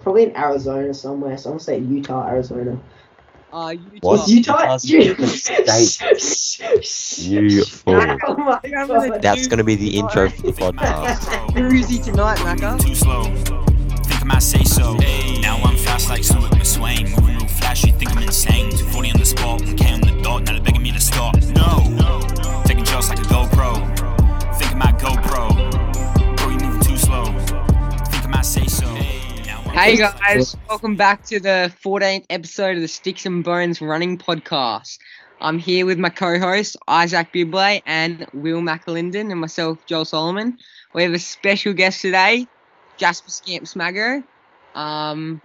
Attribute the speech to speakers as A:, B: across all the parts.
A: probably in Arizona somewhere. So I'm gonna say Utah, Arizona.
B: Uh, Utah.
A: What's
C: What?
A: Utah?
C: Utah's the You fool.
A: Oh my
B: I'm gonna
A: God.
C: That's gonna be the intro for the podcast.
B: Cruisy tonight, Macca.
D: Too slow. Think I might say so. Now I'm fast like Sue McSwain. Moving real flash, you think I'm insane. 240 on the spot, K on the dot. Now they're begging me to stop. No. Taking shots like a GoPro. Think I might GoPro. Bro, you moving too slow. Think I might say so. Now I'm
B: Hey
D: fast like
B: guys, welcome back to the 14th episode of the Sticks and Bones Running Podcast. I'm here with my co-host Isaac Buble and Will McAlinden and myself Joel Solomon. We have a special guest today, Jasper Scamp Smago. Um,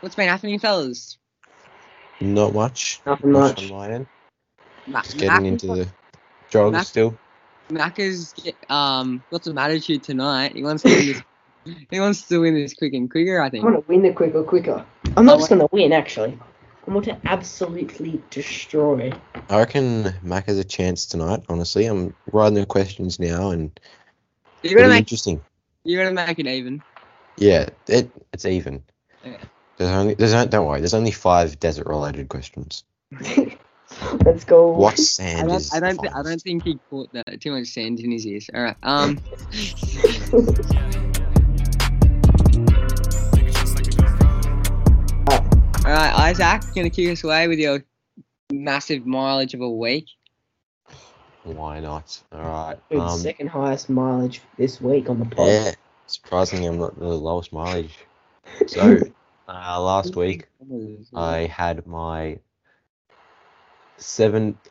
B: what's been happening, fellas?
C: Not much.
A: Nothing much.
C: on my end.
B: Ma-
C: Just getting
B: Ah, Mac-
C: into the jog
B: Mac-
C: still.
B: Macca's um got some attitude tonight. He wants to win this. he wants to win this quick and quicker. I
A: I'm
B: think.
A: gonna win the quicker, quicker. I'm not just gonna win actually. I'm going to absolutely destroy.
C: I reckon Mac has a chance tonight. Honestly, I'm riding the questions now, and
B: You're
C: it'll
B: gonna
C: be
B: make.
C: interesting.
B: You're gonna make it even.
C: Yeah, it it's even.
B: Yeah.
C: There's only there's only, don't worry. There's only five desert-related questions.
A: Let's go.
C: What sand
B: I don't.
C: is?
B: I
C: the
B: don't. thi- I
C: finest?
B: don't think he caught that too much sand in his ears. All right. Um.
D: Sue. Taking shots like a GoPro.
B: All right, Isaac, you're gonna kick us away with your massive mileage of a week.
C: Why not? All right.
A: Dude,
C: um,
A: second highest mileage this week on the pod.
C: yeah. Surprisingly, I'm not the lowest mileage. So uh, last week
B: Mm-hmm.
C: I had my seventh,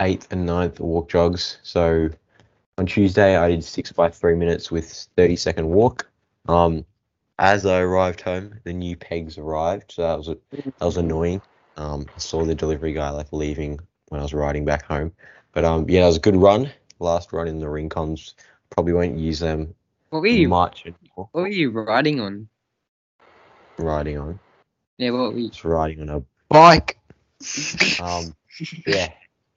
C: eighth, and ninth walk jogs. So on Tuesday, I did six by three minutes with 30 second walk. Um, as I arrived home, the new pegs arrived. So that was that
B: Mm-hmm.
C: was annoying. Um, I saw the delivery guy like leaving when I was riding back home. But um, yeah, it was a good run. Last run in the ring comms. Probably won't use them
B: What were you?
C: much anymore.
B: What were you riding on?
C: Riding on,
B: Yeah. What were you?
C: just riding on a bike. Um, yeah,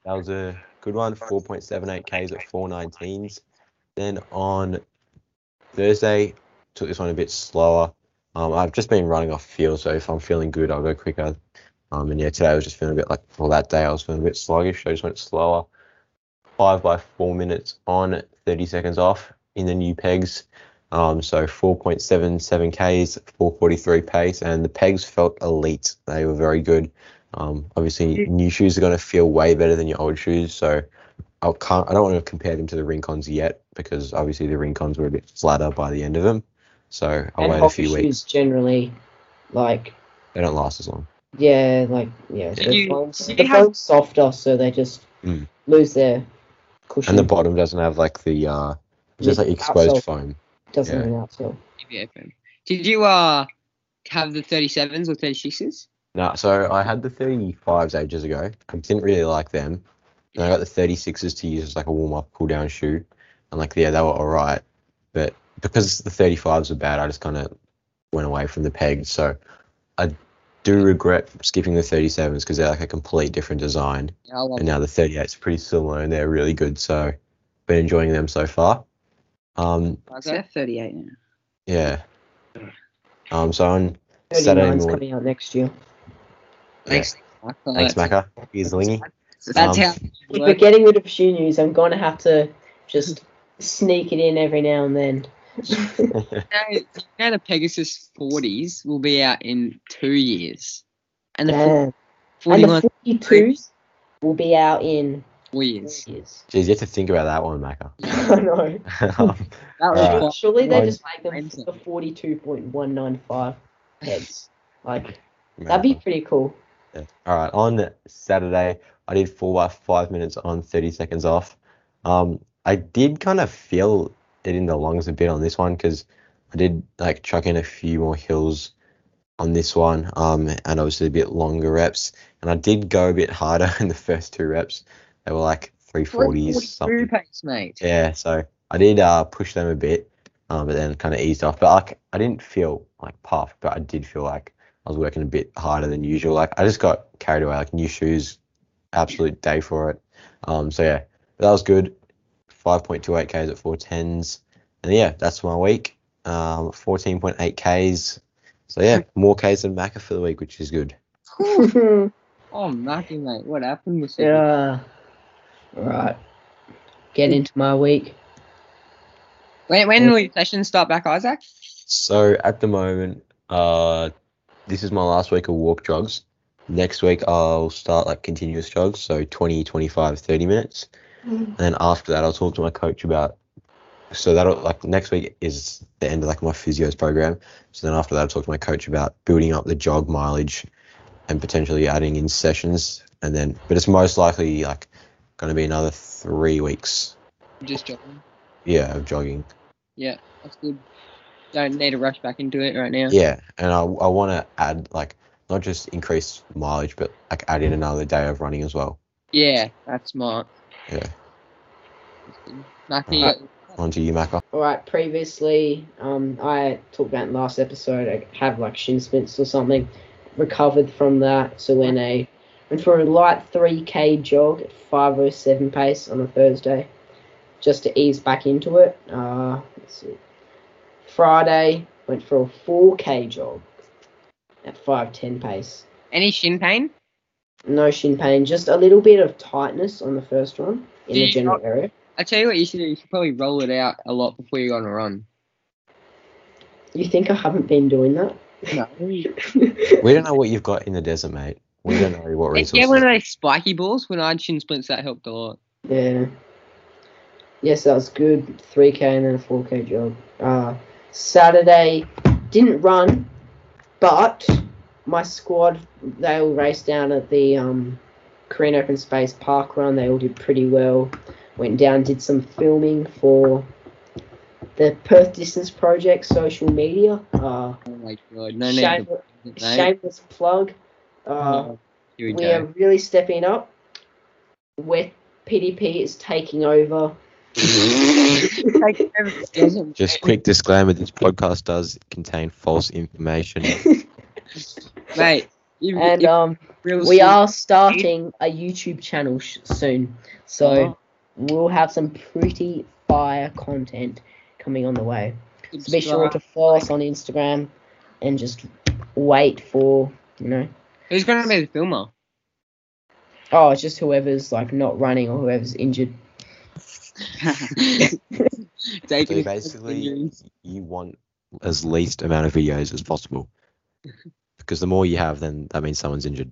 C: that was a good one. 4.78 Ks at 419s. Then on Thursday, took this one a bit slower. Um, I've just been running off fuel, so if I'm feeling good, I'll go quicker. Um, and yeah, today I was just feeling a bit like, well, that day I was feeling a bit sluggish, so I just went slower. Five by four minutes on, 30 seconds off in the new pegs. Um, so 4.77 Ks, 443 pace, and the pegs felt elite. They were very good. Um, obviously, new shoes are going to feel way better than your old shoes. So I can't. I don't want to compare them to the Rincons yet because obviously the Rincons were a bit flatter by the end of them. So I'll
A: and
C: wait a
A: hockey
C: few
A: shoes
C: weeks.
A: generally, like
C: They don't last as long.
A: yeah, like yeah, so
B: Did you-
A: the bones,
B: did
A: the
B: you have-
A: bones softer, so they just
C: Mm.
A: lose their cushion.
C: And the bottom doesn't have like the uh, it's just like exposed
A: Outsole.
C: foam.
A: doesn't
C: yeah.
A: hang out so.
B: Yeah, fam. Did you uh have the 37s or 36s?
C: No, so I had the 35s ages ago. I didn't really like them. And I got the 36s to use as like a warm up, cool down shoe. And like, yeah, they were all right. But because the 35s were bad, I just kind of went away from the peg. So I do regret skipping the 37s because they're like a complete different design.
B: Yeah, I love
C: And now the 38s are pretty similar and they're really good. So been enjoying them so far. Um,
B: Isaac. 38 now.
C: yeah. Um, so on Saturday
A: 39's
C: morning-
A: coming out next year.
B: Thanks. Macca.
C: thanks, Macca. Here's Lingy.
B: That's
C: Um,
B: how.
A: If we're getting rid of shoe news, I'm gonna have to just sneak it in every now and then.
B: know, you know the Pegasus 40s will be out in two years, and the
A: Damn. And
B: 41
A: the 42s will be out in
B: four
A: four
B: years.
A: years.
C: Jeez, you have to think about that one, Macca.
A: I know.
B: That was
C: Alright.
B: quite-
A: Surely they
C: Right.
A: just make them the 42.195 heads. Like, that'd
C: That'd
A: be pretty cool.
C: All right. On Saturday, I did four by five minutes on, 30 seconds off. Um, I did kind of feel it in the lungs a bit on this one because I did like chuck in a few more hills on this one, um, and obviously a bit longer reps. And I did go a bit harder in the first two reps. They were like 340s,
B: 42
C: something.
B: pace, mate.
C: Yeah, so I did uh, push them a bit, um, but then kind of eased off. But like, I didn't feel like puffed, but I did feel like I was working a bit harder than usual. Like I just got carried away. Like new shoes, absolute day for it. Um, so yeah, that was good. Five point two eight k's at four tens, and yeah, that's my week. Um, fourteen point eight k's, So yeah, more Ks than Macca for the week, which is good.
B: Oh, nothing, mate. What happened with you?
A: yeah. All right. Get into my week.
B: When, when will your session start back, Isaac?
C: So at the moment, uh, this is my last week of walk jogs. Next week I'll start like continuous jogs, so 20, 25, 30 minutes. And then after that I'll talk to my coach about so that'll like next week is the end of like my physio's program. So then after that I'll talk to my coach about building up the jog mileage and potentially adding in sessions and then but it's most likely like gonna be another three weeks
B: Just joking.
C: yeah of jogging.
B: Yeah, that's good. Don't need to rush back into it right now.
C: Yeah, and I, I want to add like not just increase mileage, but like add in another day of running as well.
B: Yeah, that's smart.
C: Yeah.
B: That's good. Nothing.
C: Alright. On to you, Macca.
A: All right. Previously, um, I talked about in last episode. I have like shin splints or something. Recovered from that, so went a went for a light 3k jog at 5:07 pace on a Thursday, just to ease back into it. Uh, let's see. Friday went for a 4k jog at 5:10 pace.
B: Any shin pain?
A: No shin pain, just a little bit of tightness on the first one in
B: Do
A: the
B: you
A: general
B: not-
A: area.
B: I tell you what, you should do. You should probably roll it out a lot before you go on a run.
A: You think I haven't been doing that?
B: No.
C: We don't know what you've got in the desert, mate. We don't know what resources.
B: Yeah, one of those spiky balls when I had shin splints that helped a lot.
A: Yeah. Yes, that was good. 3K and then a 4K job. Uh, Saturday, didn't run, but my squad, they all raced down at the um, Korean Open Space Park Run. They all did pretty well. Went down, did some filming for the Perth Distance Project social media. Uh,
B: Oh my god, no
A: shame-
B: need. To, no.
A: shameless plug. Uh,
B: Oh, here we
A: we
B: go.
A: are really stepping up. Wet PDP is taking over.
C: Just quick disclaimer: this podcast does contain false information.
B: Mate, you-
A: and
B: you-
A: um,
B: real
A: we
B: soon.
A: are starting a YouTube channel sh- soon,
B: Uh-huh.
A: so we'll have some pretty fire content coming on the way. So be sure to follow us on Instagram and just wait for you know.
B: Who's going to be the filmer?
A: Oh, it's just whoever's like not running or whoever's injured.
B: Taking
C: so
B: his
C: basically,
B: injuries.
C: you want as least amount of videos as possible, because the more you have, then that means someone's injured.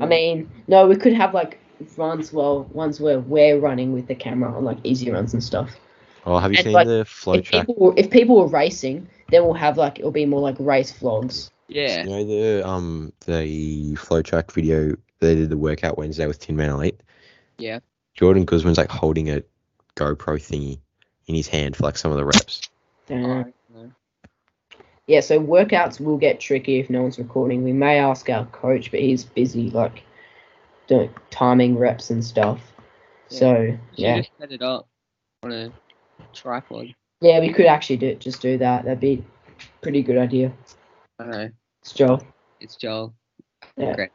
A: I mean, no, we could have like runs well ones where we're running with the camera on like easy runs and stuff.
C: Oh, have you
A: And,
C: seen
A: like,
C: the flow
A: if
C: track?
A: people were, if people were racing, then we'll have like it'll be more like race vlogs.
B: yeah.
C: You know the um the flow track video they did the workout Wednesday with Tin Man Elite.
B: Yeah.
C: Jordan Guzman's like holding a GoPro thingy in his hand for like some of the reps.
A: Uh,
B: Alright,
A: yeah, so workouts will get tricky if no one's recording. We may ask our coach, but he's busy like doing timing reps and stuff.
B: Yeah.
A: So
B: You should
A: yeah,
B: just set it up on a tripod.
A: yeah, we could actually do just do that. That'd be pretty good idea.
B: I don't know.
A: It's Joel.
B: It's Joel.
A: Yeah.
B: Great.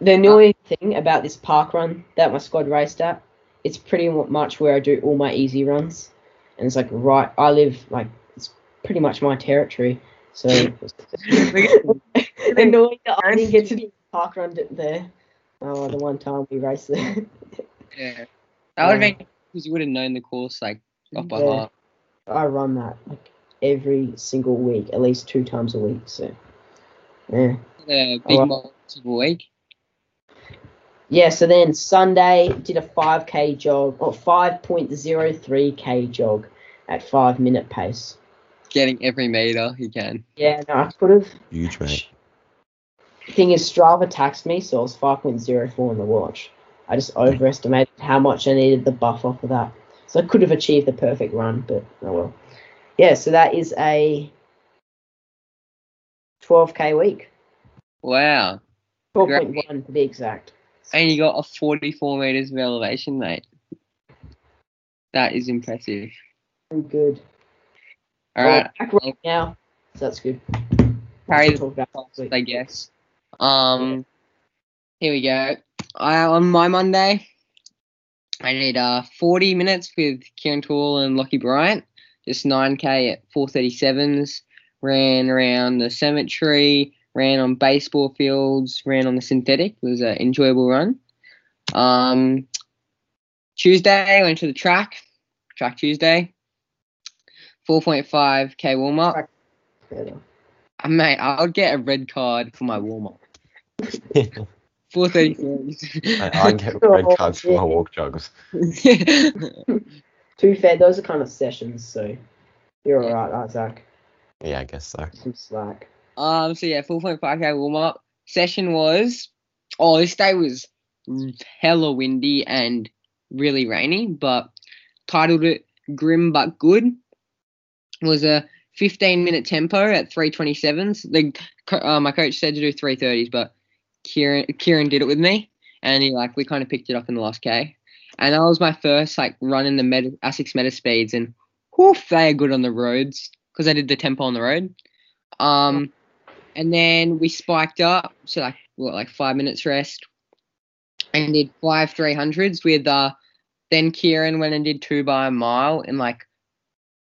A: The annoying thing about this park run that my squad raced at, it's pretty mu- much where I do all my easy runs, and it's like right. I live like it's pretty much my territory, so annoying that I didn't get to do the park run d- there. Oh, the one time we raced there.
B: Yeah. That would
A: Yeah.
B: make because you would have known the course like off by
A: Yeah.
B: heart.
A: I run that like every single week, at least two times a week. So, yeah.
B: A big
A: Oh, wow.
B: multiple week.
A: Yeah, so then Sunday did a 5k jog or 5.03k jog at 5 minute pace.
B: Getting every meter he can.
A: Yeah, no, I could have.
C: Huge mate.
A: Thing is, Strava taxed me, so it was 5.04 on the watch. I just overestimated how much I needed the buff off of that. So I could have achieved the perfect run, but oh well. Yeah, so that is a 12k week.
B: Wow.
A: 12.1 to be exact.
B: And you got a 44 meters of elevation, mate. That is impressive.
A: I'm good.
B: All right.
A: Well, back right now, so that's good.
B: Carry the
A: Talk about last week.
B: I guess. Um, here we go. I on my Monday, I did uh 40 minutes with Kieran Tool and Lockie Bryant, just 9k at 437s. ran around the cemetery, ran on baseball fields, ran on the synthetic. It was an enjoyable run. Um, Tuesday, went to the track, track Tuesday, 4.5k warm up.
A: Better.
B: Uh, Mate, I would get a red card for my warm up. 4.30.
C: I, I get red cards for my walk jogs.
A: To be fair, those are kind of sessions, so you're all right, Isaac.
C: Yeah, I guess so.
A: Some slack.
B: Um, so yeah, 4.5k warm up session was. Oh, this day was hella windy and really rainy, but titled it "Grim but Good." Was a 15 minute tempo at 3:27s. The co- uh, my coach said to do 3:30s, but Kieran Kieran did it with me, and he like we kind of picked it up in the last k. And that was my first like run in the meta, Asics meta speeds, and woof, they are good on the roads because I did the tempo on the road. Um, and then we spiked up to like what, like five minutes rest, and did five three hundreds with uh. Then Kieran went and did two by a mile in like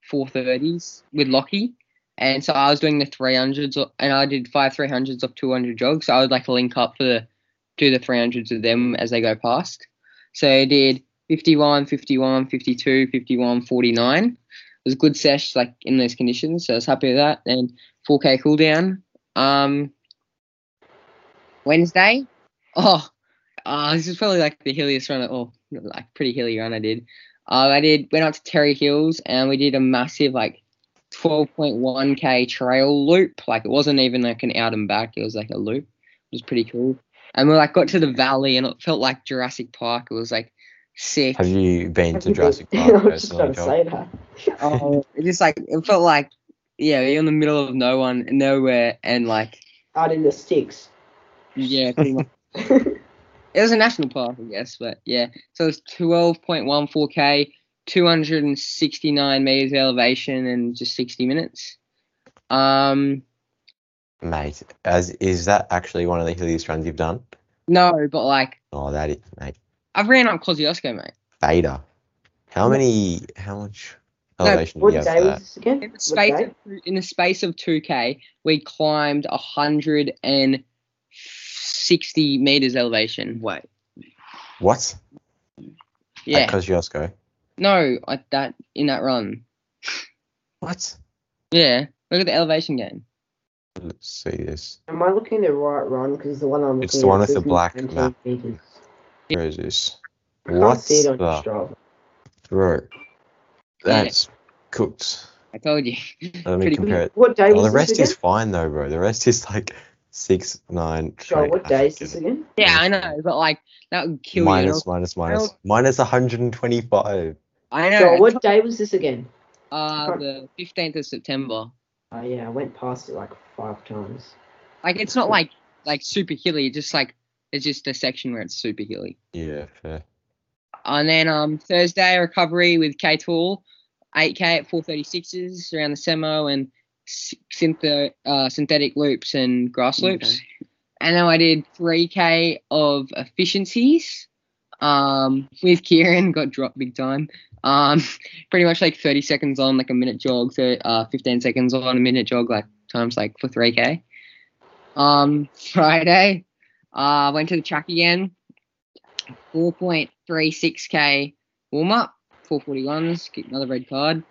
B: four thirties with Lockie, and so I was doing the three hundreds and I did five three hundreds of two hundred jogs. So I would like to link up for the do the three hundreds with them as they go past. So I did 51, 51, 52, 51, 49. It was a good sesh like in those conditions, so I was happy with that. And 4K cooldown. Um, Wednesday. Oh, uh, this is probably like the hilliest run, or like pretty hilly run I did. Uh, I did went up to Terry Hills and we did a massive like 12.1k trail loop. Like it wasn't even like an out and back; it was like a loop. It was pretty cool. And we like got to the valley and it felt like Jurassic Park. It was like sick.
C: Have you been to
A: You
C: Jurassic
A: did-
C: Park?
A: I was just
C: personally,
A: about to
C: Joel?
A: say that.
B: Oh, it just like it felt like yeah, you're in the middle of no one, nowhere, and like
A: Out in the sticks.
B: yeah, pretty much. it was a national park, I guess, but yeah. So it's twelve point one four k, two hundred and sixty nine meters elevation, and just sixty minutes. Um,
C: Mate, as is that actually one of the hilliest runs you've done?
B: no, but like
C: Oh, that is, mate.
B: I've ran up Kosciuszko, mate.
C: Beta. How many? How much
B: No,
C: elevation
A: What
C: do you
A: day was
C: have
A: this again?
B: In the
A: What
B: space
A: day?
B: of, in the space of two k, we climbed hundred and sixty meters elevation. Wait,
C: for that? What?
B: yeah,
C: At Kosciuszko.
B: no, I, that in that run.
C: What?
B: Yeah, look at the elevation game.
C: Let's see this.
A: Am I looking at the right run? Because the one I'm looking
C: It's the one
A: at
C: with the
A: says
C: black
A: 19
C: map.
A: meters.
C: Where is this?
A: I can't
C: What
A: see it on
C: the
A: Strava.
C: bro?
B: Yeah.
C: That's cooked.
B: I told you.
C: Let me
B: Pretty
C: compare it.
A: What day
C: Oh,
A: was
C: the rest
A: this again?
C: is fine though, bro. The rest is like six, nine.
A: Joel,
C: three-
A: what
C: I
A: day is
C: forget
A: this
C: it.
A: again?
B: Yeah, I know, but like that would kill you.
C: Minus, minus, minus, minus 125.
B: I
A: Joel,
B: know.
A: what day was this again?
B: Uh, the fifteenth of September.
A: Oh yeah, I went past it like five times.
B: Like it's not like like super hilly. Just like it's just a section where it's super hilly.
C: Yeah, fair.
B: And then um Thursday recovery with K Tool, eight K at four thirty sixes around the semo and s- syntho, uh, synthetic loops and grass loops. And then I did three K of efficiencies. Um, with Kieran got dropped big time. Um, pretty much like thirty seconds on, like a minute jog, so uh, fifteen seconds on, a minute jog, like times like for three K. Um, Friday, uh, went to the track again. 4.36k warm up, 441s, get another red card.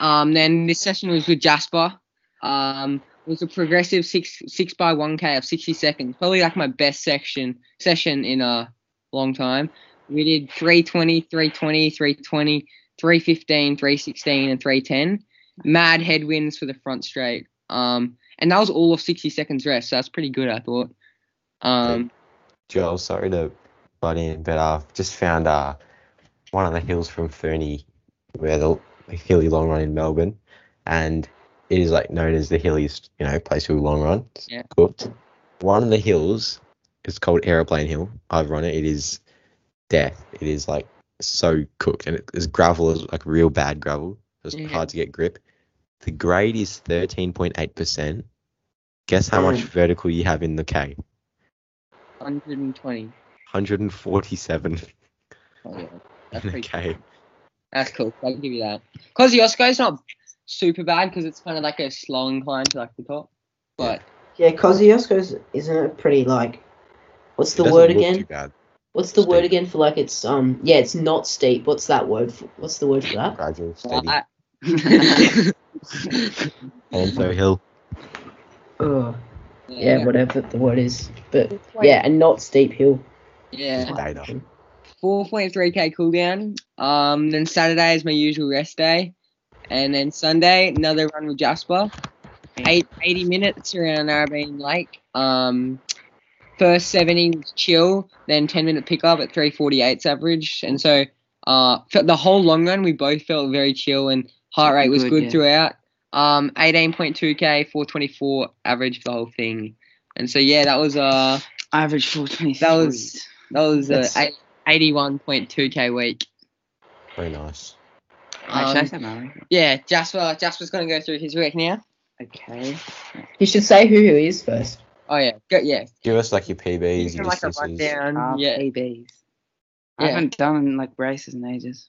B: Um, then this session was with Jasper. Um, it was a progressive six six by one k of 60 seconds, probably like my best section session in a long time. We did 320, 320, 320, 315, 316, and 310. Mad headwinds for the front straight. Um, and that was all of 60 seconds rest, so that's pretty good, I thought. Um,
C: Joel, sorry to butt in, but I've just found uh, one of the hills from Fernie, where the hilly long run in Melbourne, and it is like known as the hilliest, you know, place with long run. It's
B: Yeah.
C: Cooked. One of the hills is called Aeroplane Hill. I've run it. It is death. It is like so cooked, and it is gravel is like real bad gravel. It's
B: Yeah.
C: hard to get grip. The grade is thirteen point eight percent. Guess how much
B: Mm.
A: Damn.
C: vertical you have in the K?
B: 120.
C: Hundred and forty-seven.
B: Oh, yeah. That's pretty
C: okay.
B: That's cool. I can give you that. Kosciuszko's not super bad because it's kind of like a slow incline to like the top. But
A: Yeah, Kosciuszko's isn't it pretty like what's
C: It
A: the
C: doesn't
A: word
C: look
A: again?
C: Too bad.
A: What's the
C: Steep.
A: word again for like it's um yeah it's not steep. What's that word for? What's the word for that?
C: Gradual, steady.
B: I-
A: Mm-hmm.
C: Panto Hill.
A: Ugh. Yeah, whatever the word is. But yeah, and not steep hill.
B: yeah.
C: Data.
B: four point three k cooldown. Um, then Saturday is my usual rest day, and then Sunday another run with Jasper, eight, 80 minutes around Arabine Lake. Um, first seventy was chill, then ten minute pickup at three forty eight average, and so uh, for the whole long run we both felt very chill and heart rate was
E: Good,
B: good
E: yeah.
B: throughout. Um, eighteen point two k, four twenty four average for the whole thing, and so yeah, that was uh
E: Average 423.
B: That was- that was uh,
A: That's-
B: eight, 81.2k week.
C: Very nice.
E: Actually,
B: Um,
E: that's not bad.
B: Yeah, Jasper. Jasper's gonna go through his week now.
E: Okay.
A: You should say who who is first.
B: Oh yeah, go, yeah. Um,
C: Give us like your PBs,
B: Give him,
C: your
B: like a
C: distances.
B: rundown.
E: Uh,
B: yeah.
E: PBs. I
B: Yeah.
E: haven't done like races in ages.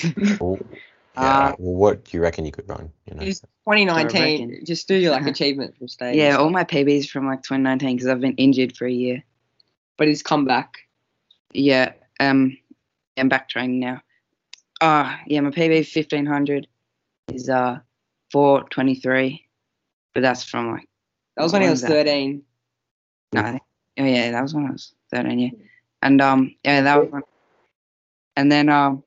C: Oh, yeah.
B: Uh,
C: well, what do you reckon you could run? You know,
B: He's-
C: you
B: 2019.
E: reckon.
B: Just do your like achievement from stage.
E: yeah, all my PBs from like 2019 because I've been injured for a year.
B: but he's come back.
E: Yeah, um, I'm back training now. Ah, yeah, my PB 1500 is uh 423, but that's from like
B: That was when he
E: When
B: was
E: was that?
B: 13.
E: no, I think- oh yeah, that was when I was 13, yeah, and um, yeah, that was when, and then um,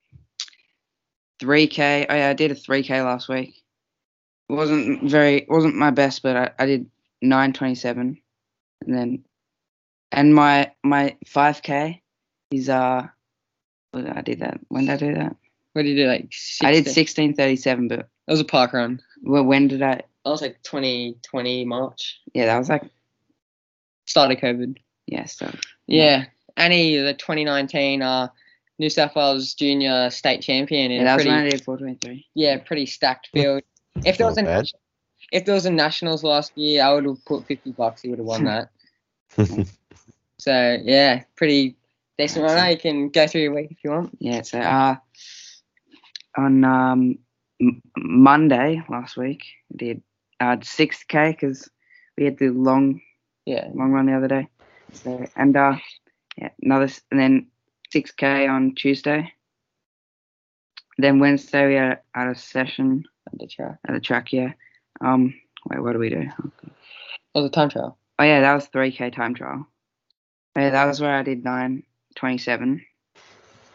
E: 3k. Oh yeah, I did a 3k last week. It wasn't very, wasn't my best, but I, I did 927, and then, and my my 5k is uh, what did I do that? When did I do that?
B: What did you do? Like six
E: I did 1637, but
B: That was a park run.
E: well, when did I?
B: That was like 2020 March.
E: Yeah, that was like
B: Started COVID.
E: yeah. So
B: Yeah. Annie, the 2019 uh, New South Wales Junior State Champion.
E: yeah,
B: in a
E: that was
B: pretty-
E: when I did 423.
B: yeah, pretty stacked field. If there
C: Not
B: was a
C: bad.
B: if there was a nationals last year, I would have put fifty bucks. He would have won that. so yeah, pretty decent run. You can go through your week if you want.
E: Yeah. So uh, on um M- Monday last week I did uh 6k because we had the long
B: Yeah,
E: long run the other day. So and uh yeah another s- and then 6k on Tuesday. Then Wednesday we had, had a session
B: at the track.
E: at the track. Yeah. Um. Wait. What do we do?
B: It was a time trial.
E: Oh yeah, that was three k time trial. Yeah, that was where I did nine twenty seven.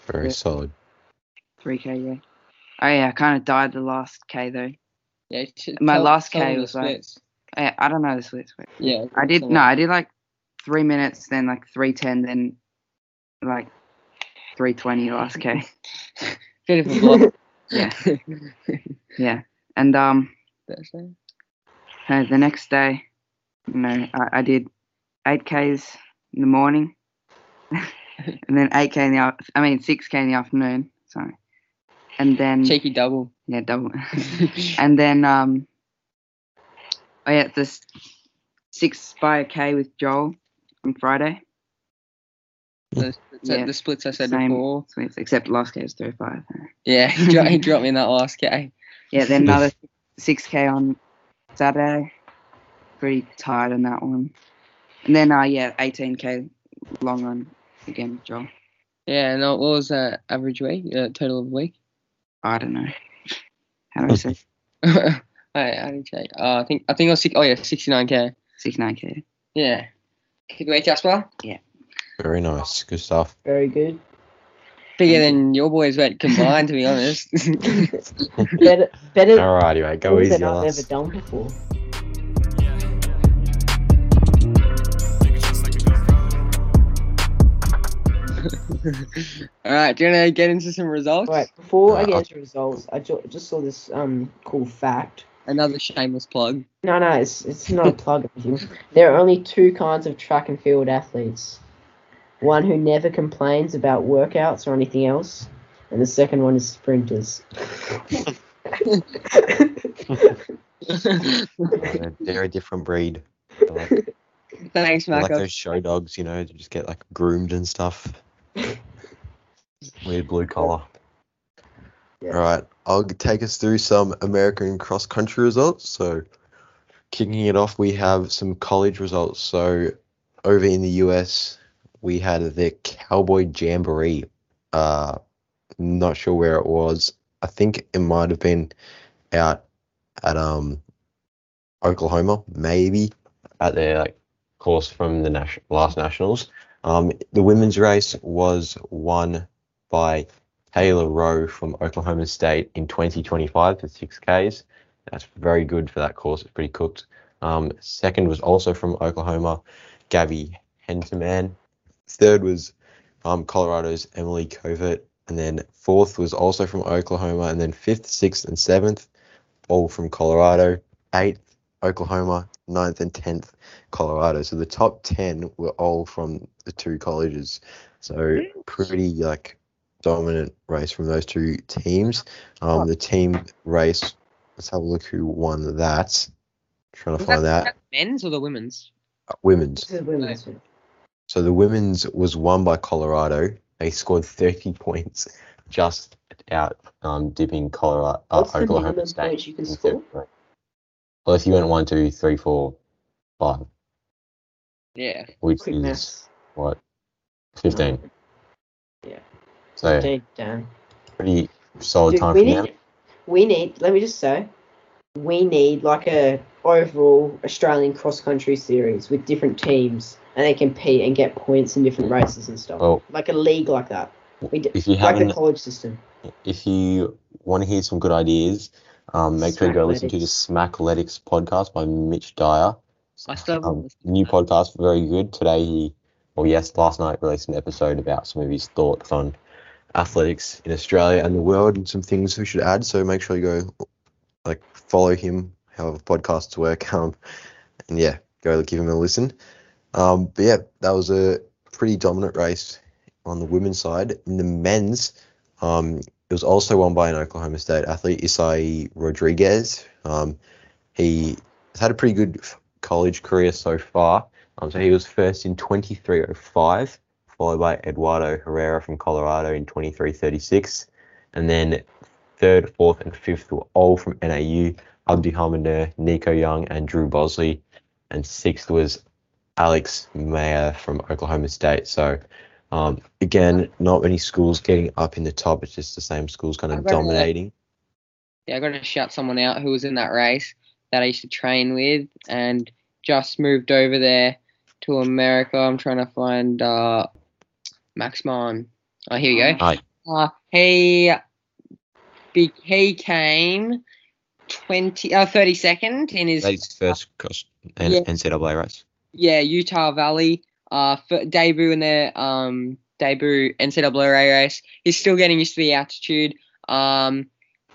C: Very solid.
E: Three k, yeah. Oh yeah, I kind of died the last k though.
B: Yeah, you should
E: My
B: tell-
E: last
B: tell
E: K
B: them the
E: was like-
B: splits.
E: I, I don't know the splits. Wait.
B: yeah.
E: I did
B: so
E: no, I did like three minutes, then like three ten, then like three twenty last k.
B: Bit of a block.
E: Yeah, yeah. And um,
B: Thursday.
E: no, the next day, no, I, I did eight k's in the morning, and then eight k in the af- I mean six k in the afternoon. Sorry, and then
B: Cheeky double.
E: yeah, double. And then um I had this six by a K with Joel on Friday.
B: the,
E: Yeah.
B: the splits I said
E: Same.
B: before.
E: So it's- Except last K was three five.
B: Yeah, he, dro- he dropped me in that last K.
E: Yeah, then another six K on Saturday. Pretty tired on that one. And then uh yeah, eighteen K long run again with Joel.
B: Yeah, no, what was that average week? Uh, total of week?
E: I don't know. How do I say
B: I, I didn't check. Uh, I think I think I was six, oh yeah, sixty nine k.
E: six nine K?
B: Yeah. Kick away, Jasper.
C: Very nice. Good stuff.
A: Very good.
B: Bigger than your boys' weight combined, to be honest.
A: Better better
C: Alrighty, mate. Go
A: than
C: easy
A: I've
C: on
A: ever
C: us.
A: done before.
D: Yeah. Take it just like a GoPro.
B: All right, do you want to get into some results?
A: Right, before I
C: Uh,
A: get into results, I ju- just saw this um cool fact.
B: Another shameless plug.
A: No, no, it's it's not a plug. or anything. There are only two kinds of track and field athletes. One who never complains about workouts or anything else, and the second one is sprinters.
C: Uh, they're a different breed. They're like, they're
B: Thanks,
C: like
B: Marco.
C: those show dogs, you know, they just get like groomed and stuff. Weird blue collar.
A: Yeah.
C: All right. I'll take us through some American cross country results. So, kicking it off, we have some college results. So, over in the US, we had the Cowboy Jamboree. Uh, not sure where it was. I think it might have been out at um Oklahoma, maybe at their like course from the nation- last nationals. Um, the women's race was won by Taylor Rowe from Oklahoma State in 2025 for 6Ks. That's very good for that course. It's pretty cooked. Um, second was also from Oklahoma, Gabby Henterman. Third was um, Colorado's Emily Covert. And then fourth was also from Oklahoma. And then fifth, sixth, and seventh, all from Colorado. Eighth, Oklahoma. Ninth and tenth, Colorado. So the top 10 were all from the two colleges. So pretty like dominant race from those two teams. Um, the team race, let's have a look who won that. Trying to
B: Was
C: find
B: that,
C: that.
B: the men's or the women's?
C: Uh, Women's.
A: This is women's.
C: So the women's was won by Colorado. They scored 30 points just out um, dipping Colorado, uh,
A: What's the
C: Oklahoma
A: minimum
C: State.
A: points you can
C: in
A: score?
C: fifth place. Well, if you went one, two, three, four, five,
B: Yeah.
C: which
A: Quick
C: is
A: maths.
C: what, 15.
A: Yeah.
C: So
A: Deep down.
C: pretty solid
A: Dude,
C: time
A: we
C: for them.
A: need, we need. Let me just say, we need like a overall Australian cross country series with different teams, and they compete and get points in different races and stuff.
C: Well-
A: like a league like that. We d-
C: If you
A: like
C: haven't
A: the college system.
C: if you want to hear some good ideas, um, make sure you go listen to the Smackletics podcast by Mitch Dyer.
B: I still haven't
C: Um,
B: listened to
C: new
B: that.
C: podcast, very good. Today he, or yes, last night released an episode about some of his thoughts on athletics in Australia and the world, and some things we should add. So make sure you go, like, follow him. However, podcasts work. Um, and yeah, go give him a listen. Um, but yeah, that was a pretty dominant race on the women's side. In the men's, um, it was also won by an Oklahoma State athlete, Isai Rodriguez. Um, he has had a pretty good f- college career so far. Um, so he was first in 23.05, followed by Eduardo Herrera from Colorado in 23.36. And then third, fourth, and fifth were all from NAU Abdi Hamander, Nico Young, and Drew Bosley. And sixth was Alex Mayer from Oklahoma State. So, um, again, not many schools getting up in the top. It's just the same schools kind
B: I've
C: of
B: got it.
C: dominating.
B: Yeah, I got to shout someone out who was in that race that I used to train with and just moved over there to America. I'm trying to find uh, Max Mon. Oh, here you go.
C: Hi.
B: Uh, he be- he came 20 uh, 32nd in his
C: That's first cross
B: N- Yeah.
C: NCAA race.
B: yeah Utah Valley uh f- debut in the um debut NCAA race. He's still getting used to the altitude. Um,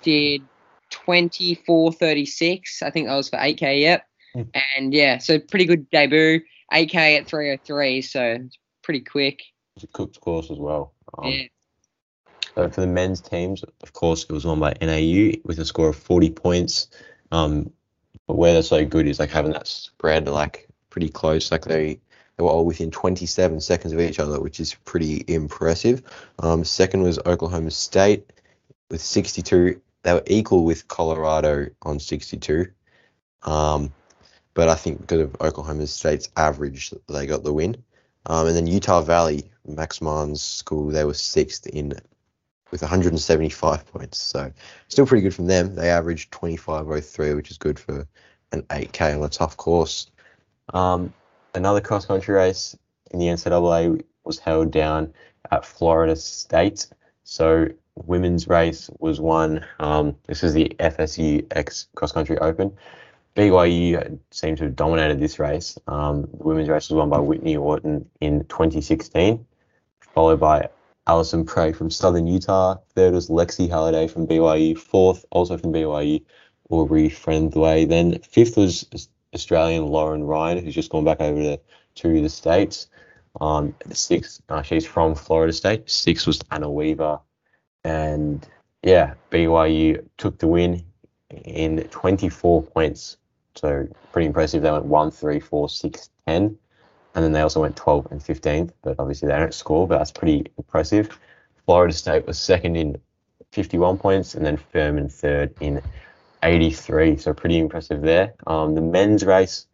B: did 24:36. I think that was for 8k. Yep.
C: Hmm.
B: And yeah, so pretty good debut. 8k at 303, so it's pretty quick.
C: It's a cooked course as well. Um,
B: yeah.
C: So Uh, for the men's teams, of course, it was won by NAU with a score of 40 points. Um, but where they're so good is like having that spread like pretty close. Like they they were all within 27 seconds of each other, which is pretty impressive. Um, second was Oklahoma State with 62. They were equal with Colorado on 62. Um, but I think because of Oklahoma State's average, they got the win. Um, and then Utah Valley, Max Mann's school, they were sixth in with 175 points. So still pretty good from them. They averaged 25.03, which is good for an 8K on a tough course. Um, another cross country race in the NCAA was held down at Florida State. So women's race was won. Um, this is the FSU X Cross Country Open. BYU seemed to have dominated this race. Um, the women's race was won by Whitney Orton in 2016, followed by Allison Prey from Southern Utah. Third was Lexi Halliday from BYU. Fourth, also from BYU, Aubrey Friendway. Then fifth was Aus- Australian Lauren Ryan, who's just gone back over to, to the States. Um, sixth, uh, she's from Florida State. Sixth was Anna Weaver. And yeah, BYU took the win in 24 points. So pretty impressive. They went 1, 3, 4, 6, 10. And then they also went 12 and 15th, but obviously they don't score, but that's pretty impressive. Florida State was second in 51 points, and then Furman third in 83. So pretty impressive there. Um, the men's race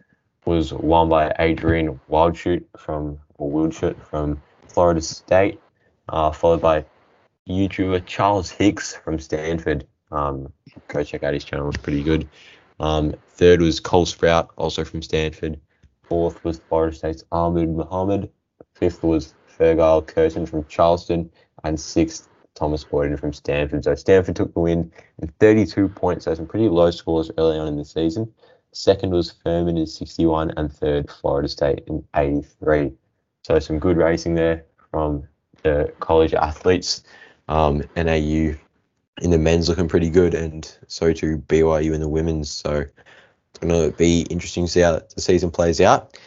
C: was won by Adrian Wildshoot from or Wildshoot from Florida State, uh, followed by YouTuber Charles Hicks from Stanford. Um, go check out his channel; it's pretty good. Um, third was Cole Sprout, also from Stanford. Fourth was Florida State's Ahmed Muhammad. Fifth was Fergile Curtin from Charleston, and sixth Thomas Boyden from Stanford. So Stanford took the win in 32 points. So some pretty low scores early on in the season. Second was Furman in 61, and third Florida State in 83. So some good racing there from the college athletes. Um, NAU in the men's looking pretty good, and so too BYU in the women's. So it's going to be interesting to see how the season plays out.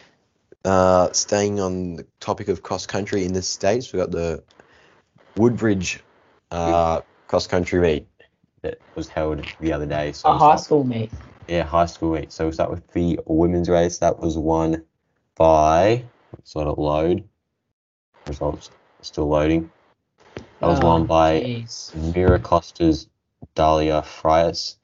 C: Uh, staying on the topic of cross country in the states, we've got the Woodbridge uh, cross country meet that was held the other day. So
A: A
C: we'll
A: high
C: start-
A: school meet.
C: yeah, high school meet. So we'll start with the women's race. That was won by sort of load results still loading. That was
A: Oh,
C: won by
A: jeez.
C: Vera Costa's Dahlia Frias,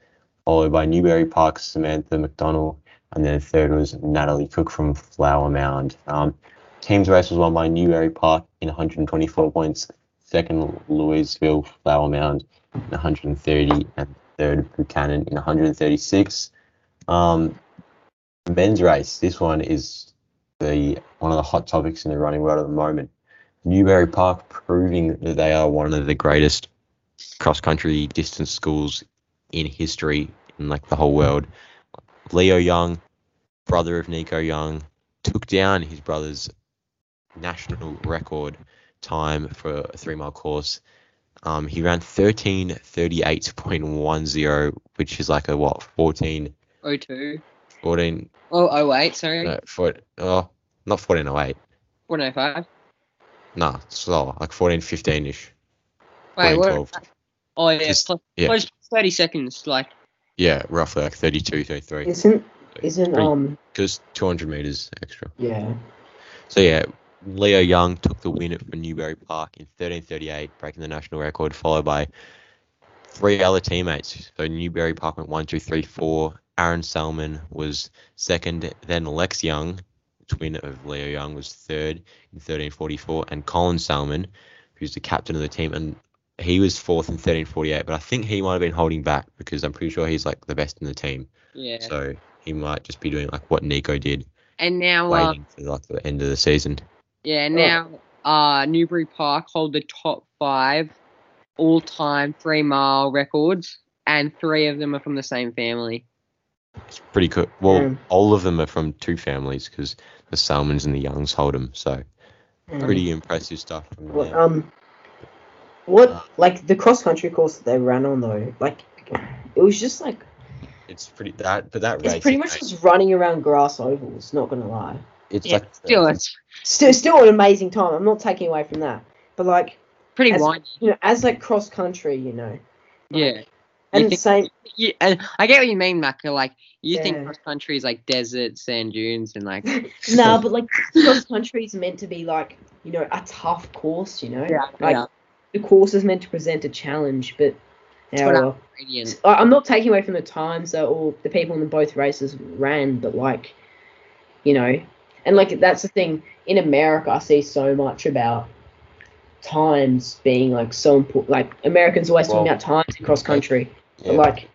C: followed by Newberry Park's Samantha McDonnell, and then third was Natalie Cook from Flower Mound. Um, team's race was won by Newberry Park in 124 points, second Louisville Flower Mound in 130, and third Buchanan in 136. Um, men's race, this one is the one of the hot topics in the running world at the moment. Newberry Park proving that they are one of the greatest cross country distance schools in history in like the whole world. Leo Young, brother of Nico Young, took down his brother's national record time for a three mile course. Um, he ran 1338.10, which is like a what, 14,
B: Oh two.
C: 14,
B: Oh oh eight. Sorry.
C: no, 14 oh, not 1408,
B: One oh five.
C: nah, slower, like 1415 ish,
B: Wait, what?
C: 1412.
B: Oh yeah,
C: Just-
B: plus,
C: yeah.
B: plus thirty seconds. Like
C: Yeah, roughly like 32, 33,
A: Isn't isn't
C: Pretty-
A: um
C: just 200 meters extra.
A: yeah.
C: So yeah, Leo Young took the win for Newberry Park in 13:38, breaking the national record, followed by three other teammates. So Newberry Park went one, two, three, four. Aaron Salmon was second. Then Lex Young, twin of Leo Young, was third in 13:44, and Colin Salmon, who's the captain of the team, and he was fourth in 13:48. But I think he might have been holding back because I'm pretty sure he's like the best in the team.
B: yeah.
C: So he might just be doing like what Nico did,
B: and now uh,
C: waiting Oh. for like the end of the season.
B: yeah now uh Newbury Park hold the top five all time three mile records, and three of them are from the same family.
C: It's pretty cool. Well,
A: Mm.
C: all of them are from two families because the Salmons and the Youngs hold them. So pretty impressive stuff from
A: What,
C: them.
A: Mm. um,
C: Uh,
A: what like the cross country course that they ran on though, like it was just like
C: It's pretty that, but that race.
A: it's pretty
C: is
A: much
C: amazing.
A: just running around grass ovals. Not gonna lie,
C: It's
B: Yeah,
C: like
B: Still, it's
A: still still an amazing time. I'm not taking away from that, but like
B: pretty
A: As-
B: wide.
A: you know, as like cross country, you know,
B: Yeah.
A: and
B: You
A: it's same
B: You, and I get what you mean, Mac. you're Like you think
A: Yeah.
B: cross country is like deserts, sand dunes, and like
A: nah, but like cross country is meant to be like you know a tough course, you know, like
B: yeah.
A: the course is meant to present a challenge, but. Yeah,
B: what I-
A: well.
B: gradient.
A: I- I'm not taking away from the times that all the people in both races ran, but like, you know, and like that's the thing in America, I see so much about times being like so important. Like Americans always talking
C: Well,
A: about times in cross country,
C: yeah,
A: but like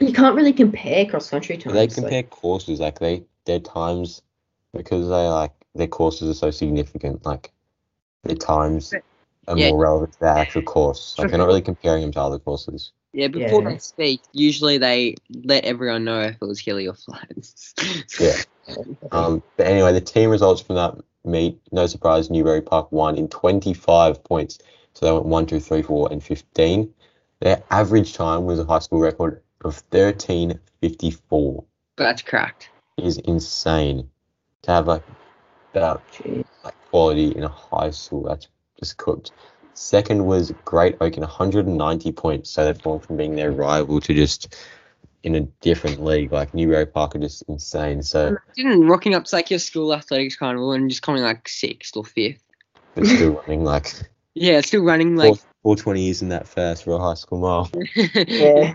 A: you can't really compare cross country times.
C: they
A: like-
C: compare courses like they their times because they like their courses are so significant. Like their times are
B: Yeah.
C: more relevant to their actual course. Like they're not really comparing them to other courses.
B: Yeah, before
A: Yeah.
B: they speak, usually they let everyone know if it was hilly or flat.
C: Yeah. Um, but anyway, the team results from that meet, no surprise, Newberry Park won in 25 points. So they went 1, 2, 3, 4, and 15. Their average time was a high school record of 13.54.
B: But that's cracked.
C: It is insane to have like that
A: Jeez.
C: like quality in a high school that's just cooked. Second was Great Oak in 190 points, so they've gone from being their rival to just in a different league. Like Newberry Park are just insane. So
B: Didn't rocking up to like your school athletics carnival and just coming like sixth or fifth.
C: they're still running like
B: Yeah, it's still running like
C: Fourth, all 20 years in that first real high school mile.
A: Yeah.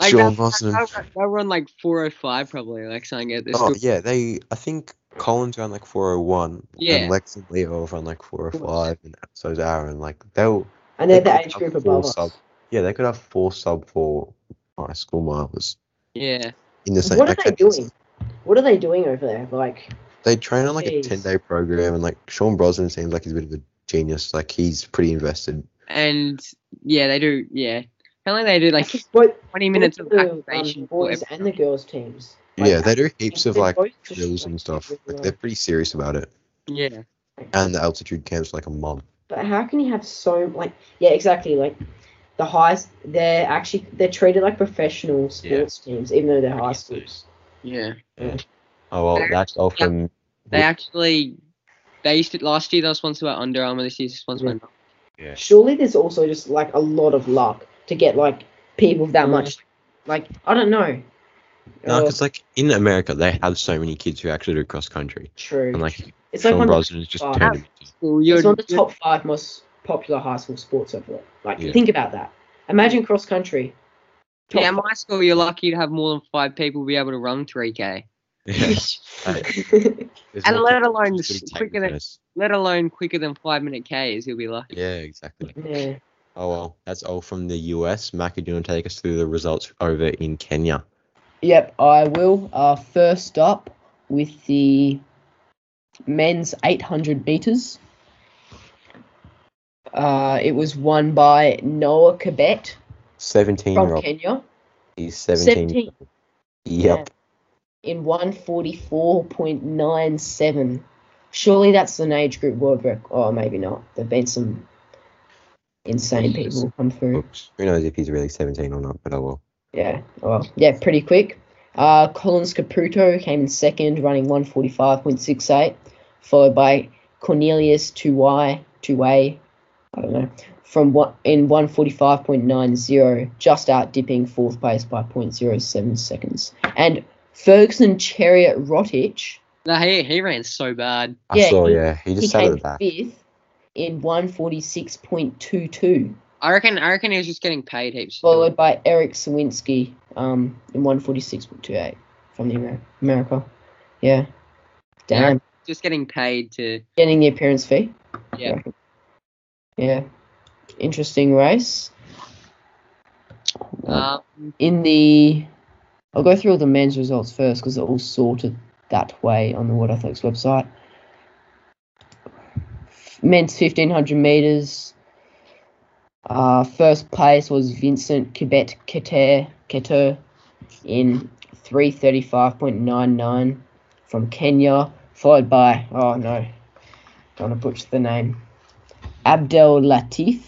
B: Like
C: Sean
B: that,
C: Boston.
B: that, that run like 405 probably, like something at this.
C: Oh yeah, they. I think Collins ran like 401.
B: Yeah.
C: And Lex and Leo ran like 405, and so's Aaron. Like they'll.
A: And they're
C: they
A: the
C: could
A: age
C: have
A: group
C: four
A: above us.
C: Sub, yeah, they could have four sub four high school miles
B: Yeah.
C: in the same.
A: What are
C: like,
A: they doing? What are they doing over there? Like,
C: They train on like
A: Jeez.
C: a 10 day program, and like Sean Brosnan seems like he's a bit of a genius. Like he's pretty invested.
B: And yeah, they do. Yeah. Apparently they do like
A: what
B: 20 minutes of
A: the
B: activation.
A: um,
B: for
A: boys
B: every-
A: and the girls teams? Like,
C: yeah, they do heaps of
A: they're
C: like
A: both just,
C: drills
A: like,
C: and stuff.
A: really
C: Like they're pretty serious about it.
B: Yeah.
C: And the altitude camps like a month.
A: But how can you have so like yeah exactly like the highest they're actually they're treated like professional sports teams even though they're high schools.
B: Yeah.
C: Oh well,
B: They're-
C: that's all from.
B: They actually, they used to, last year they were sponsored by Under Armour, this year's sponsored by
C: Yeah.
A: Surely there's also just like a lot of luck to get like people with that
B: Yeah.
A: much like I don't know.
C: No,
A: Oh,
C: because like in America, they have so many kids who actually do cross country,
A: Oh, true.
C: and like
A: it's like
C: Sean
A: one of,
C: Brosnan is just
A: Oh,
C: turned. into-
B: Well,
A: the,
B: you're,
A: it's one of the
B: you're-
A: top five most popular high school sports over there. Like
C: Yeah.
A: think about that. Imagine cross country.
B: yeah, in my school, you're lucky to have more than five people be able to run 3K.
C: Yeah. There's
B: And
C: more
B: let
C: kids
B: alone
C: just
B: s-
C: doing
B: quicker
C: table
B: than-
C: tennis.
B: Let alone quicker than five minute Ks, you'll be lucky.
C: Yeah, exactly.
A: yeah.
C: Oh well, that's all from the US. Mac, do you want to take us through the results over in Kenya?
A: Yep, I will. Uh, first up with the men's 800 meters. Uh, it was won by Noah Cabet
C: 17 year
A: from
C: old.
A: Kenya
C: He's 17.
A: 17.
C: Yep.
A: in 144.97. Surely that's an age group world record. Oh, maybe not. There've been some insane people come through.
C: Oops. Who knows if he's really 17 or not, but oh well.
A: Yeah. Well, yeah, pretty quick. Uh, Collins Caputo came in second, running 145.68, followed by Cornelius Tuwai, Tuwai, I don't know, from what in 145.90, just out dipping fourth place by 0.07 seconds. And Ferguson Chariot Rotich,
B: No, he, he ran so bad.
C: I
A: Yeah,
C: saw,
A: he-
C: yeah. He
A: he
C: just sat at
A: came
C: the
A: in
C: back.
A: fifth in 146.22.
B: I reckon I reckon he was just getting paid heaps. to do it.
A: followed by Eric Sawinski um, in 146.28 from the Amer- America. Yeah. Damn.
B: Just getting paid to.
A: Getting the appearance fee.
B: Yeah.
A: Reckon. Yeah. Interesting race. Uh,
B: Um,
A: in the. I'll go through all the men's results first because they're all sorted that way on the World Athletics website. Men's 1500 meters. Uh, first place was Vincent Kibet Keter, Keter in 335.99 from Kenya, followed by, oh no, gonna butcher the name, Abdel Latif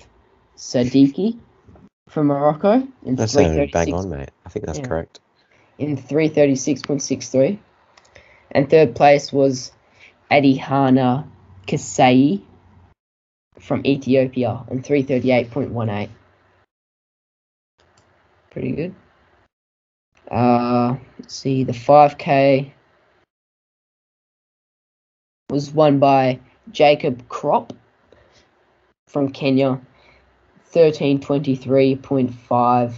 A: Sadiki from Morocco in
C: That sounded uh, bang
A: 336
C: on, mate. I think that's
A: Yeah.
C: correct.
A: in 336.63. And third place was Adihana Kasai from Ethiopia in 338.18. Pretty good. Uh, let's see, the 5K was won by Jacob Crop from Kenya, 1323.5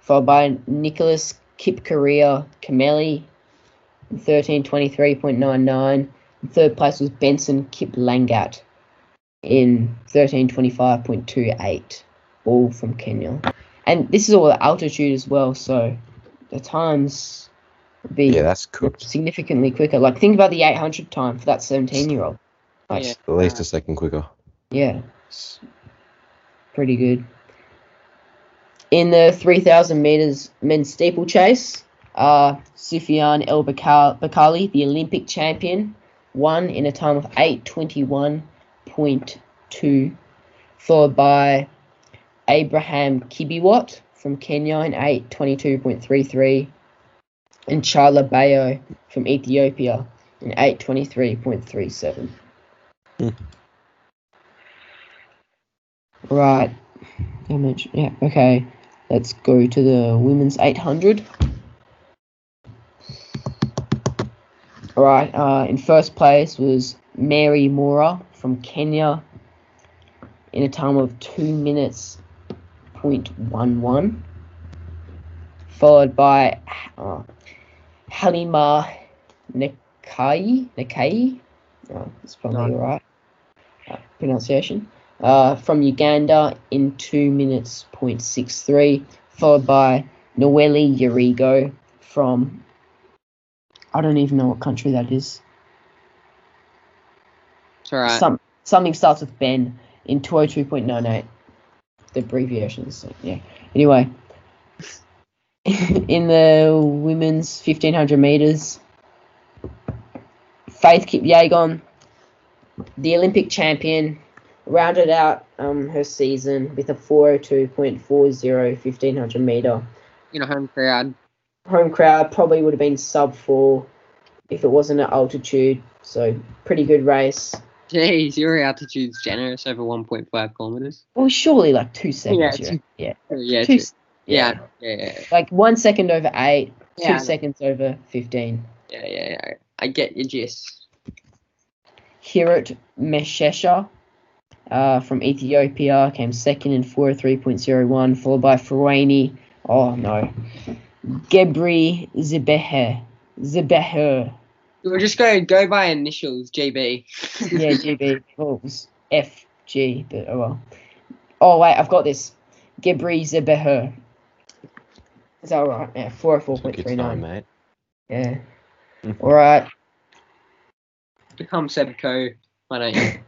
A: followed by Nicholas Kipkorea Kameli, 1323.99. And Third place was Benson Kiplangat in 1325.28, all from Kenya. And this is all at altitude as well, so the times would be
C: Yeah, that's cooked.
A: significantly quicker. Like, think about the 800 time for that 17 year old. Like,
B: Yeah.
C: At least a second quicker.
A: yeah, it's pretty good. In the 3,000 meters men's steeplechase, uh, Sufyan El Bakal- Bakali, the Olympic champion, won in a time of 8:21.2, followed by Abraham Kibiwat from Kenya in 8:22.33, and Charla Bayo from Ethiopia in 8:23.37. Right. Damage. Yeah. Okay. Let's go to the women's 800. All right. Uh, in first place was Mary Mora from Kenya in a time of two minutes 1.11, followed by uh, Halima Nakai. Nakai? Uh, that's probably
B: No.
A: right. Uh, pronunciation. Uh, from Uganda in 2 minutes point six three, followed by Noeli Yurigo from. I don't even know what country that is.
B: It's alright.
A: Some, something starts with Ben in 202.98. The abbreviations, so, yeah. Anyway, in the women's 1500 meters, Faith Kipyegon, the Olympic champion, rounded out um, her season with a 402.40 1500 meter
B: you know, home crowd.
A: home crowd probably would have been sub four if it wasn't at altitude. So pretty good race.
B: Jeez, your altitude's generous over 1.5 kilometers.
A: Well, surely like two seconds.
B: Yeah,
A: Yeah, yeah.
B: two- Yeah,
A: two.
B: two,
A: s-
B: yeah, yeah, yeah,
A: like one second over eight,
B: Yeah, I know.
A: two seconds over fifteen.
B: yeah, yeah, yeah. I get your gist.
A: Hirat Meshesha uh, from Ethiopia came second in 403.01, followed by Feroini. Oh no, Gebri Zebehe. Zebeher.
B: We'll just go go by initials, GB.
A: yeah, GB. Well, it was FG, but oh well. Oh, wait, I've got this. Gebri Zebeher. Is that all right? Yeah,
C: Took your time, eh?
A: 404.39.
C: mate.
A: Yeah.
C: Mm-hmm.
A: All right.
B: Become Sebco. Why don't you?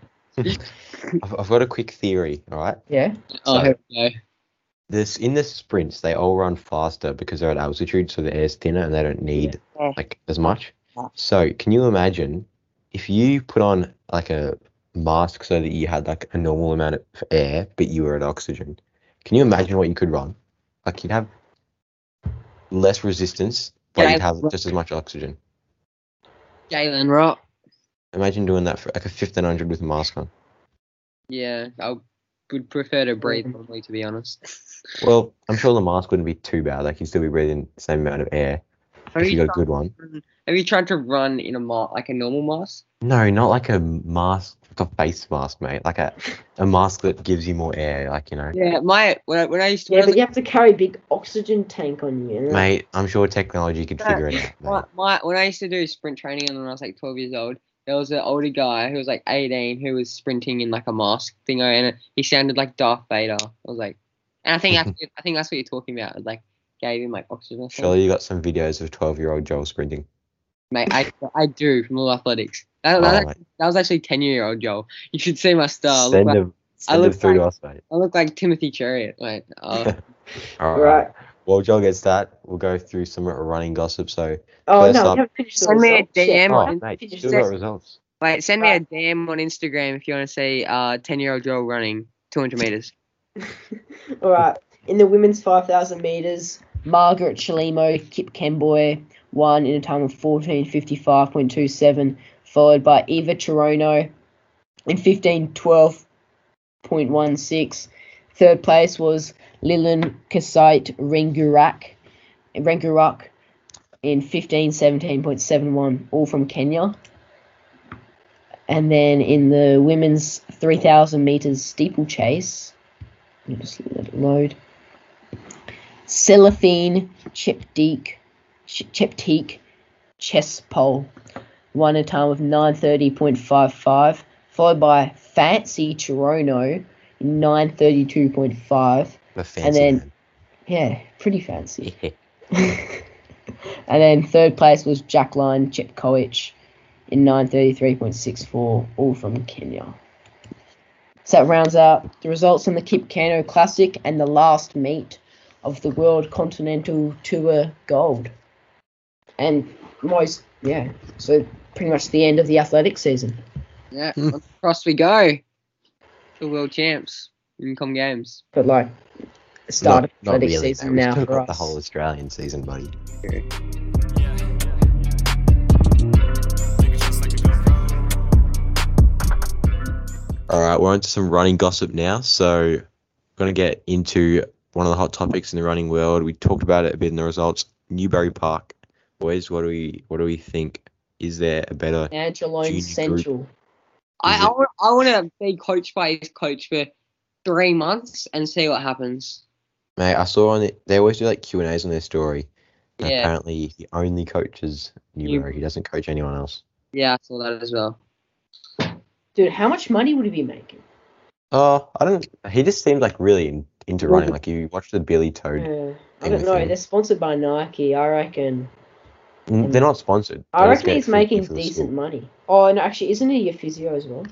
C: I've, I've got a quick theory, all right?
A: Yeah.
B: Oh,
C: So-
B: here we go.
C: This in the sprints, they all run faster because they're at altitude, so the air's thinner and they don't need
E: Yeah.
C: like as much.
E: Yeah.
C: So can you imagine if you put on like a mask so that you had like a normal amount of air, but you were at oxygen? Can you imagine what you could run? Like you'd have less resistance, but
B: Yeah,
C: you'd
B: I-
C: have just as much oxygen.
B: Jalen Rock.
C: Imagine doing that for like a 1500 with a mask on.
B: Yeah, I would prefer to breathe normally, to be honest.
C: Well, I'm sure the mask wouldn't be too bad. Like you'd still be breathing the same amount of air
B: Have
C: if you
B: you,
C: got a good one.
B: have you tried to run in a ma- like a normal mask?
C: No, not like a mask, like a face mask, mate. Like a, a mask that gives you more air, like you know.
B: Yeah, my when I, when I used to
A: Yeah, but
B: when I was
A: you have to carry big oxygen tank on you. you know?
C: Mate, I'm sure technology could figure it out.
B: my,
C: Mate.
B: my when I used to do sprint training and when I was like twelve years old, there was an older guy who was like eighteen who was sprinting in like a mask thing and he sounded like Darth Vader. I was like and I think that's I think that's what you're talking about. Like gave him like oxygen or something.
C: Surely you got some videos of 12 year old Joel sprinting.
B: Mate, I I do from all athletics. That,
C: Oh,
B: that,
C: mate,
B: that was actually ten year old Joel. You should see my star. I look,
C: send
B: like,
C: them, send them
B: look
C: through to us, mate.
B: I look like Timothy Chariot, mate. Uh,
C: All
A: All right.
C: Well, Joel gets that. We'll go through some running gossip. So,
A: Oh,
C: First
A: no,
C: up-
A: we haven't finished the
B: Send me a
A: results yet.
B: DM
C: oh,
B: on in-
C: mate,
A: did you
C: still
A: say-
C: got results.
B: wait, send me a DM on Instagram if you want to see uh ten year old Joel running two hundred meters.
A: All right. In the women's 5,000 meters, Margaret Chalimo Kip Kemboy won in a time of 14.55.27, followed by Eva Chirono in 15.12.16. Third place was Lilan Kasait Rengurak, Rengurak in 15.17.71, all from Kenya. And then in the women's 3,000 meters steeplechase, let me just let it load. Cellophane Cheptik Ch- Cheptik Chespol won a time of 930.55, followed by Fancy Chirono in 932.5.
C: The fancy
A: then-
C: man.
A: Yeah, pretty fancy. and then third place was Jacqueline Chepkoech in 933.64, all from Kenya. So that rounds out the results in the Kip Kano Classic and the last meet of the World Continental Tour Gold. And most, yeah, so pretty much the end of the athletic season.
B: Yeah,
C: Hmm.
B: across we go to world champs in com games.
A: But like, the
C: Not-
A: start of
C: not
A: athletic
C: really, mate.
A: season
C: We've
A: now
C: still
A: for
C: got the
A: us.
C: whole Australian season, buddy. All right, we're on to some running gossip now. So, going to get into one of the hot topics in the running world. We talked about it a bit in the results. Newberry Park, boys. What do we what do we think? Is there a better?
A: Angelone
C: Junior group.
A: Central.
B: I
C: Is
B: I
C: it-
B: want, I want to be coached by his coach for three months and see what happens.
C: Mate, I saw on it. They always do like Q and A's on their story. And
B: Yeah.
C: Apparently, he only coaches
B: You-
C: Newbury. He doesn't coach anyone else.
B: Yeah, I saw that as well.
A: Dude, how much money would he be making?
C: Oh, I don't. He just seemed like really in, into
A: Well,
C: running. Like you watch the Billy Toad.
A: Yeah. I
C: Same
A: don't
C: with
A: know.
C: him.
A: They're sponsored by Nike. I reckon.
C: Mm, They're not sponsored.
A: I
C: They just
A: reckon
C: get
A: he's
C: free
A: making
C: kids for the
A: decent
C: school.
A: money. Oh, and actually, isn't he your physio as well?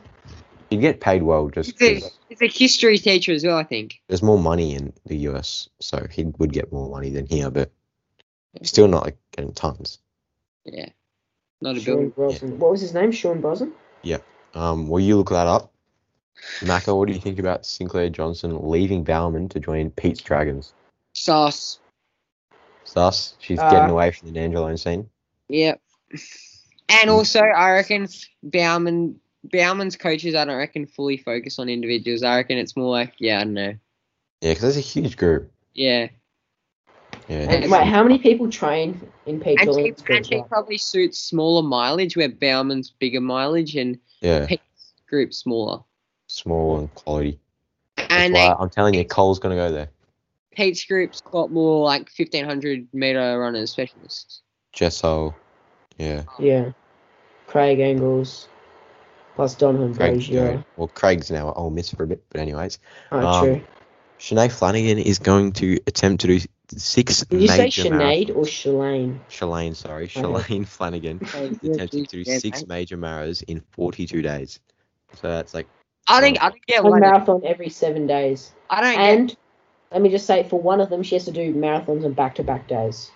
C: You get paid well just
B: He's a,
C: 'cause
B: he's a history teacher as well, I think.
C: there's more money in the US, so he would get more money than here, but still not like getting tons.
B: Yeah. Not a
A: Sean
B: building.
A: Brosnan. What was his name? Sean Brosnan.
C: Um, will you look that up? Maka, what do you think about Sinclair Johnson leaving Bowman to join Pete's Dragons?
B: Sauce.
C: Thus, she's
A: Uh,
C: getting away from the Nangelone scene.
B: Yep. And
C: Mm.
B: also, I reckon Bauman, Bauman's coaches, I don't reckon fully focus on individuals. I reckon it's more like, yeah, I don't know.
C: Yeah, because there's a huge group.
B: Yeah.
C: Yeah.
A: And, wait, how many people train in Pete
B: And she,
A: Dillon's
B: and
A: group?
B: she
A: Like,
B: probably suits smaller mileage, where Bauman's bigger mileage and
C: yeah,
B: Pete's group smaller.
C: small and quality. That's
B: And
C: why
B: they,
C: I'm telling you, Cole's going to go there.
B: Pete's group's got more like 1500 meter runners specialists.
C: Jesso. Yeah.
A: Yeah. Craig Engels. Plus Donovan
C: Craig's
A: Brazier.
C: going- Well, Craig's now at Ole Miss for a bit, but anyways.
A: Oh, true.
C: Um, Sinead Flanagan is going to attempt to do six
A: Did you say
C: major
A: Sinead Oh. or
C: marathons.
A: Shalane?
C: Shalane, sorry,
A: Okay.
C: Shalane Flanagan is attempting to do six major marathons in 42 days. So that's like
B: I think I don't get
A: One
B: one.
A: marathon every seven days.
B: I don't get
A: And let me just say, for one of them, she has to do marathons on back-to-back days.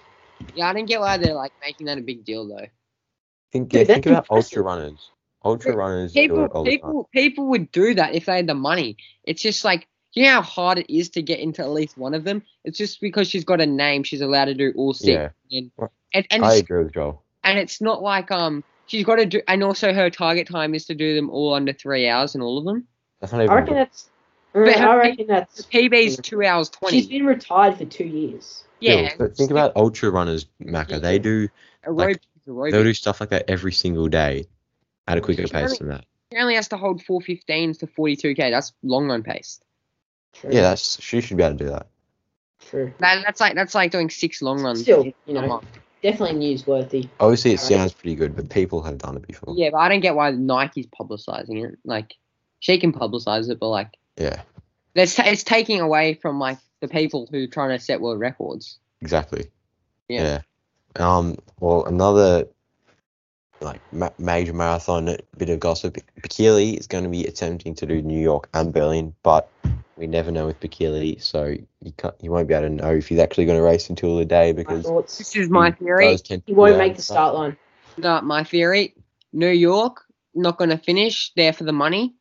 B: Yeah, I didn't get why they're like making that a big deal though.
C: think
A: Dude,
C: yeah,
A: that's
C: think about
A: impressive.
C: ultra runners. Ultra runners do
B: People
C: it all the time.
B: people people would do that if they had the money. It's just like you know how hard it is to get into at least one of them? It's just because she's got a name, she's allowed to do all six.
C: Yeah,
B: And
C: Well,
B: and, and,
C: I
B: it's,
C: agree with Joel.
B: and it's not like um she's gotta do and also her target time is to do them all under three hours and all of them.
C: That's not
A: I
C: even.
A: reckon that's. mm,
B: But how
A: I
B: many-
A: reckon that's.
B: The PB's two hours
A: She's
B: twenty.
A: been retired for two years.
C: Yeah,
B: Yeah.
C: but think about ultra runners, Maka. They do
B: aerobic,
C: they'll
B: aerobic.
C: do stuff like that every single day, at a quicker pace than that.
B: She only has to hold four fifteens to forty two K. That's long run pace.
A: True.
C: Yeah, that's she should be able to do that.
A: true.
B: That, that's like that's like doing six long runs.
A: Still,
B: in
A: you
B: a
A: know,
B: month.
A: definitely newsworthy.
C: Obviously, it
A: I reckon-
C: sounds pretty good, but people have done it before.
B: Yeah, but I don't get why Nike's publicizing it. Like, she can publicize it, but like,
C: Yeah,
B: that's it's taking away from like the people who are trying to set world records.
C: exactly.
B: Yeah.
C: Yeah. Um. Well, another like ma- major marathon bit of gossip. Bikili is going to be attempting to do New York and Berlin, but we never know with Bikili, so you can't, you won't be able to know if he's actually going to race until the day
A: My
C: because
A: thoughts.
B: This is my theory.
C: those tend to
A: He won't
C: pull out
A: make
C: and
A: the
C: stuff.
A: start line.
B: Not my theory. New York not going to finish there for the money.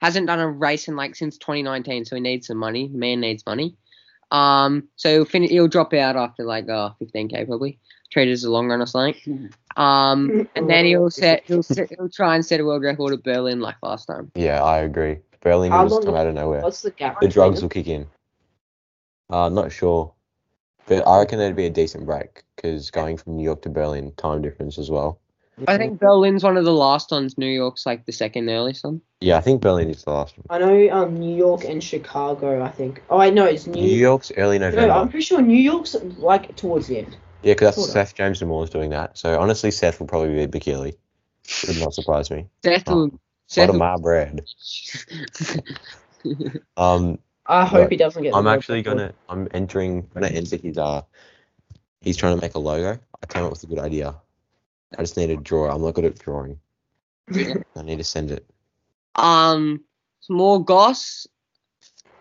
B: Hasn't done a race in like since 2019, so he needs some money. Man needs money. Um, so he'll finish. He'll drop out after like uh 15k probably. Treated as a long run or something. Um, and then he'll set. He'll set, he'll try and set a world record at Berlin like last time.
C: Yeah, I agree. Berlin
A: How
C: will just
A: long
C: come
A: is-
C: out of nowhere.
A: What's the gap?
C: The
A: between
C: drugs
A: them?
C: will kick in. Uh, not sure, but I reckon there'd be a decent break because going from New York to Berlin, time difference as well.
B: I think Berlin's one of the last ones. New York's like the second earliest one.
C: Yeah, I think Berlin is the last one.
A: I know um, New York and Chicago, I think. Oh, I know it's New,
C: New York's early November.
A: No,
C: Yeah,
A: I'm pretty sure New York's like towards the end.
C: yeah, because
A: Hold
C: that's
A: on.
C: Seth James Moore's doing that. So honestly, Seth will probably be Bikili. Would not surprise me.
B: Seth
C: Oh,
B: will. Seth
C: Bottom
B: will-
C: my bread. Um,
A: I hope
C: Right.
A: he doesn't get. the
C: I'm
A: world
C: actually
A: record.
C: gonna. I'm entering. Gonna enter his. Uh, he's trying to make a logo. I came up with a good idea. I just need to draw. I'm not good at drawing. I need to send it.
B: um, some more goss.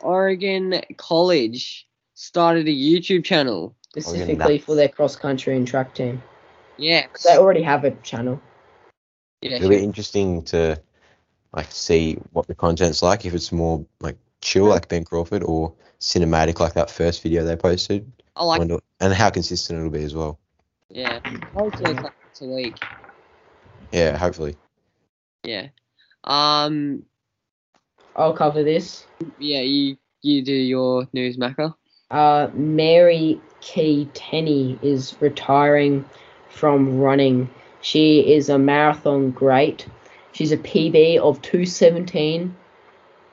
B: Oregon College started a YouTube channel.
A: specifically for their cross country and track team.
B: Yeah.
A: 'Cause They already have a channel.
B: yeah.
C: It'll be interesting to like see what the content's like. If it's more like chill, like Ben Crawford, or cinematic, like that first video they posted.
B: I like.
C: Wonder- and how consistent it'll be as well.
B: Yeah. Hopefully it's like once a week.
C: Yeah, hopefully.
B: Yeah. Um.
A: I'll cover this.
B: Yeah. You you do your news, Macca.
A: Uh, Mary Key Tenney is retiring from running. She is a marathon great. She's a PB of 217